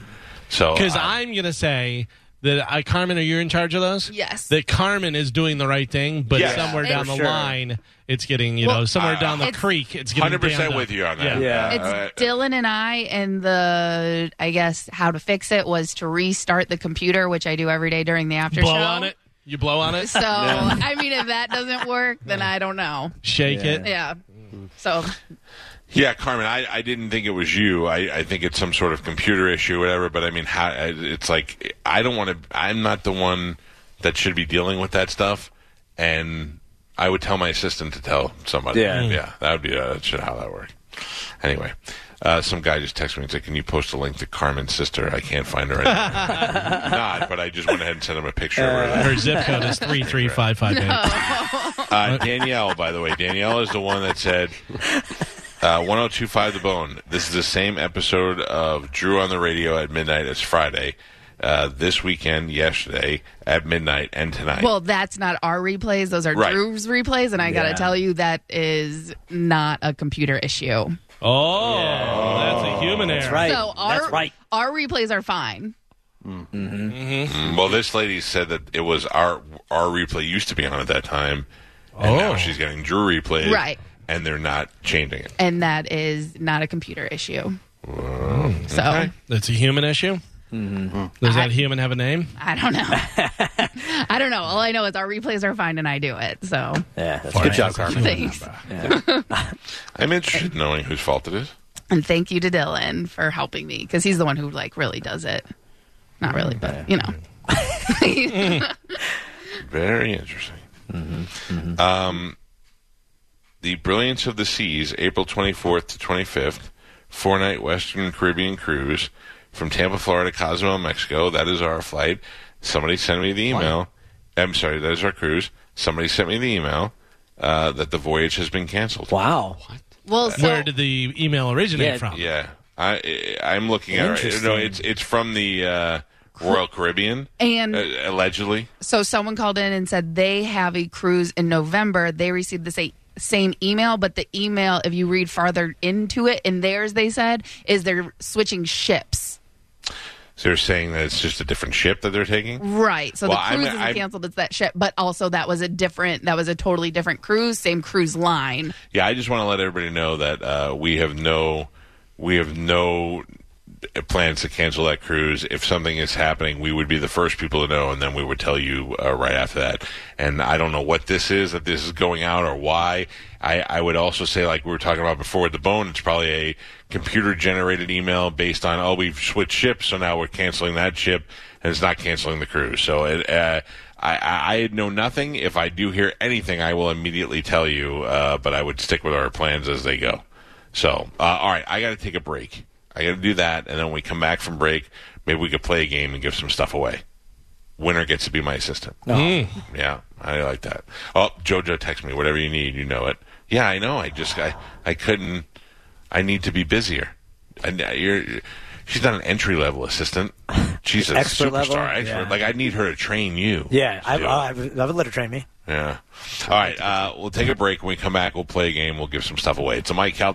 [SPEAKER 2] So
[SPEAKER 3] Because
[SPEAKER 2] um,
[SPEAKER 3] I'm going to say that I, Carmen, are you in charge of those?
[SPEAKER 5] Yes.
[SPEAKER 3] That Carmen is doing the right thing, but
[SPEAKER 2] Yeah.
[SPEAKER 3] somewhere
[SPEAKER 5] For
[SPEAKER 3] down the
[SPEAKER 5] sure.
[SPEAKER 3] line, it's getting, you
[SPEAKER 5] Well,
[SPEAKER 3] know, somewhere
[SPEAKER 2] uh,
[SPEAKER 3] down the
[SPEAKER 5] It's-
[SPEAKER 3] creek, it's getting.
[SPEAKER 2] 100%
[SPEAKER 3] dammed
[SPEAKER 2] with
[SPEAKER 3] up.
[SPEAKER 2] you on that.
[SPEAKER 3] Yeah.
[SPEAKER 6] Yeah.
[SPEAKER 5] It's
[SPEAKER 2] Uh, I-
[SPEAKER 5] Dylan and I, and the I guess how to fix it was to restart the computer, which I do every day during the after
[SPEAKER 3] Blow
[SPEAKER 5] show.
[SPEAKER 3] on it. You blow on it,
[SPEAKER 5] So I mean, if that doesn't work, then I don't know.
[SPEAKER 3] shake it.
[SPEAKER 5] Yeah. So
[SPEAKER 2] Yeah, Carmen, I, I didn't think it was you. I, I think it's some sort of computer issue, whatever. But I mean, how, I- it's like I don't want to. I'm not the one that should be dealing with that stuff. And I would tell my assistant to tell somebody.
[SPEAKER 6] Yeah. Mm.
[SPEAKER 2] yeah, that would be uh, that should how that worked. Anyway, uh, some guy just texted me and said, "Can you post a link to Carmen's sister? I can't find her." Right now." not, but I just went ahead and sent him a picture. of her.
[SPEAKER 3] Her zip code is three three five five eight.
[SPEAKER 2] Uh, Danielle, by the way, Danielle is the one that said uh, 1025 The Bone. This is the same episode of Drew on the Radio at midnight as Friday. Uh, this weekend, yesterday, at midnight, and tonight.
[SPEAKER 5] well, that's not our replays; those are
[SPEAKER 2] Right.
[SPEAKER 5] Drew's replays, and I gotta tell you, that is not a computer issue.
[SPEAKER 3] Oh, that's a human error.
[SPEAKER 6] Right.
[SPEAKER 5] So our
[SPEAKER 6] That's right.
[SPEAKER 5] our replays are fine.
[SPEAKER 2] Mm, Well, this lady said that it was our our replay used to be on at that time, and now
[SPEAKER 3] Oh.
[SPEAKER 2] she's getting Drew replay,
[SPEAKER 5] Right.
[SPEAKER 2] And they're not changing it.
[SPEAKER 5] and that is not a computer issue. So
[SPEAKER 3] That's a human issue. Does that human have a name?
[SPEAKER 5] I don't know. I don't know. All I know is our replays are fine and I do it. So
[SPEAKER 6] Yeah, that's
[SPEAKER 4] Good job, Carmen.
[SPEAKER 5] thanks.
[SPEAKER 2] I'm interested in knowing whose fault it is.
[SPEAKER 5] And thank you to Dylan for helping me because he's the one who like really does it. Not really, but you know.
[SPEAKER 2] Very interesting. Um, the Brilliance of the Seas, April 24th to 25th, four night Western Caribbean cruise from Tampa, Florida, Cozumel, Mexico. That is our flight. Somebody sent me the email. I'm sorry, that is our cruise. Somebody sent me the email uh, that the voyage has been canceled.
[SPEAKER 6] Wow.
[SPEAKER 5] Well, so
[SPEAKER 3] Where did the email originate
[SPEAKER 6] Yeah.
[SPEAKER 3] from?
[SPEAKER 2] Yeah, I, I I'm looking at it. right- No, it's it's from the uh, Royal Caribbean,
[SPEAKER 5] and
[SPEAKER 2] uh, allegedly.
[SPEAKER 5] so someone called in and said they have a cruise in November. They received the same same email, but the email, if you read farther into it, in theirs they said is they're switching ships.
[SPEAKER 2] So they're saying that it's just a different ship that they're taking.
[SPEAKER 5] Right. So
[SPEAKER 2] Well,
[SPEAKER 5] the
[SPEAKER 2] I'm-
[SPEAKER 5] cruise isn't
[SPEAKER 2] I'm-
[SPEAKER 5] canceled. It's that ship, but also that was a different. That was a totally different cruise. Same cruise line.
[SPEAKER 2] Yeah, I just want to let everybody know that uh, we have no we have no plans to cancel that cruise. If something is happening, we would be the first people to know, and then we would tell you uh, right after that. And I don't know what this is that this is going out or why. I, I would also say, like we were talking about before with the bone, it's probably a computer generated email based on oh we've switched ships, so now we're canceling that ship, and it's not canceling the cruise. So it. Uh, I- I, I know nothing. If I do hear anything, I will immediately tell you. Uh, but I would stick with our plans as they go. So, uh, all right, I got to take a break. I got to do that, and then when we come back from break, maybe we could play a game and give some stuff away. Winner gets to be my assistant.
[SPEAKER 6] Oh.
[SPEAKER 2] Yeah, I like that. Oh, JoJo, text me whatever you need. You know it. Yeah, I know. I just I I couldn't. I need to be busier. And uh, you're. She's not an entry level assistant. She's a
[SPEAKER 6] Expert
[SPEAKER 2] superstar.
[SPEAKER 6] level?
[SPEAKER 2] expert.
[SPEAKER 6] Yeah.
[SPEAKER 2] Like I need her to train you.
[SPEAKER 6] Yeah, I,
[SPEAKER 2] Dude.
[SPEAKER 6] I, I would I would let her train me.
[SPEAKER 2] Yeah. All right. Uh, we'll take a break. When we come back, we'll play a game. We'll give some stuff away. It's a Mike Cal.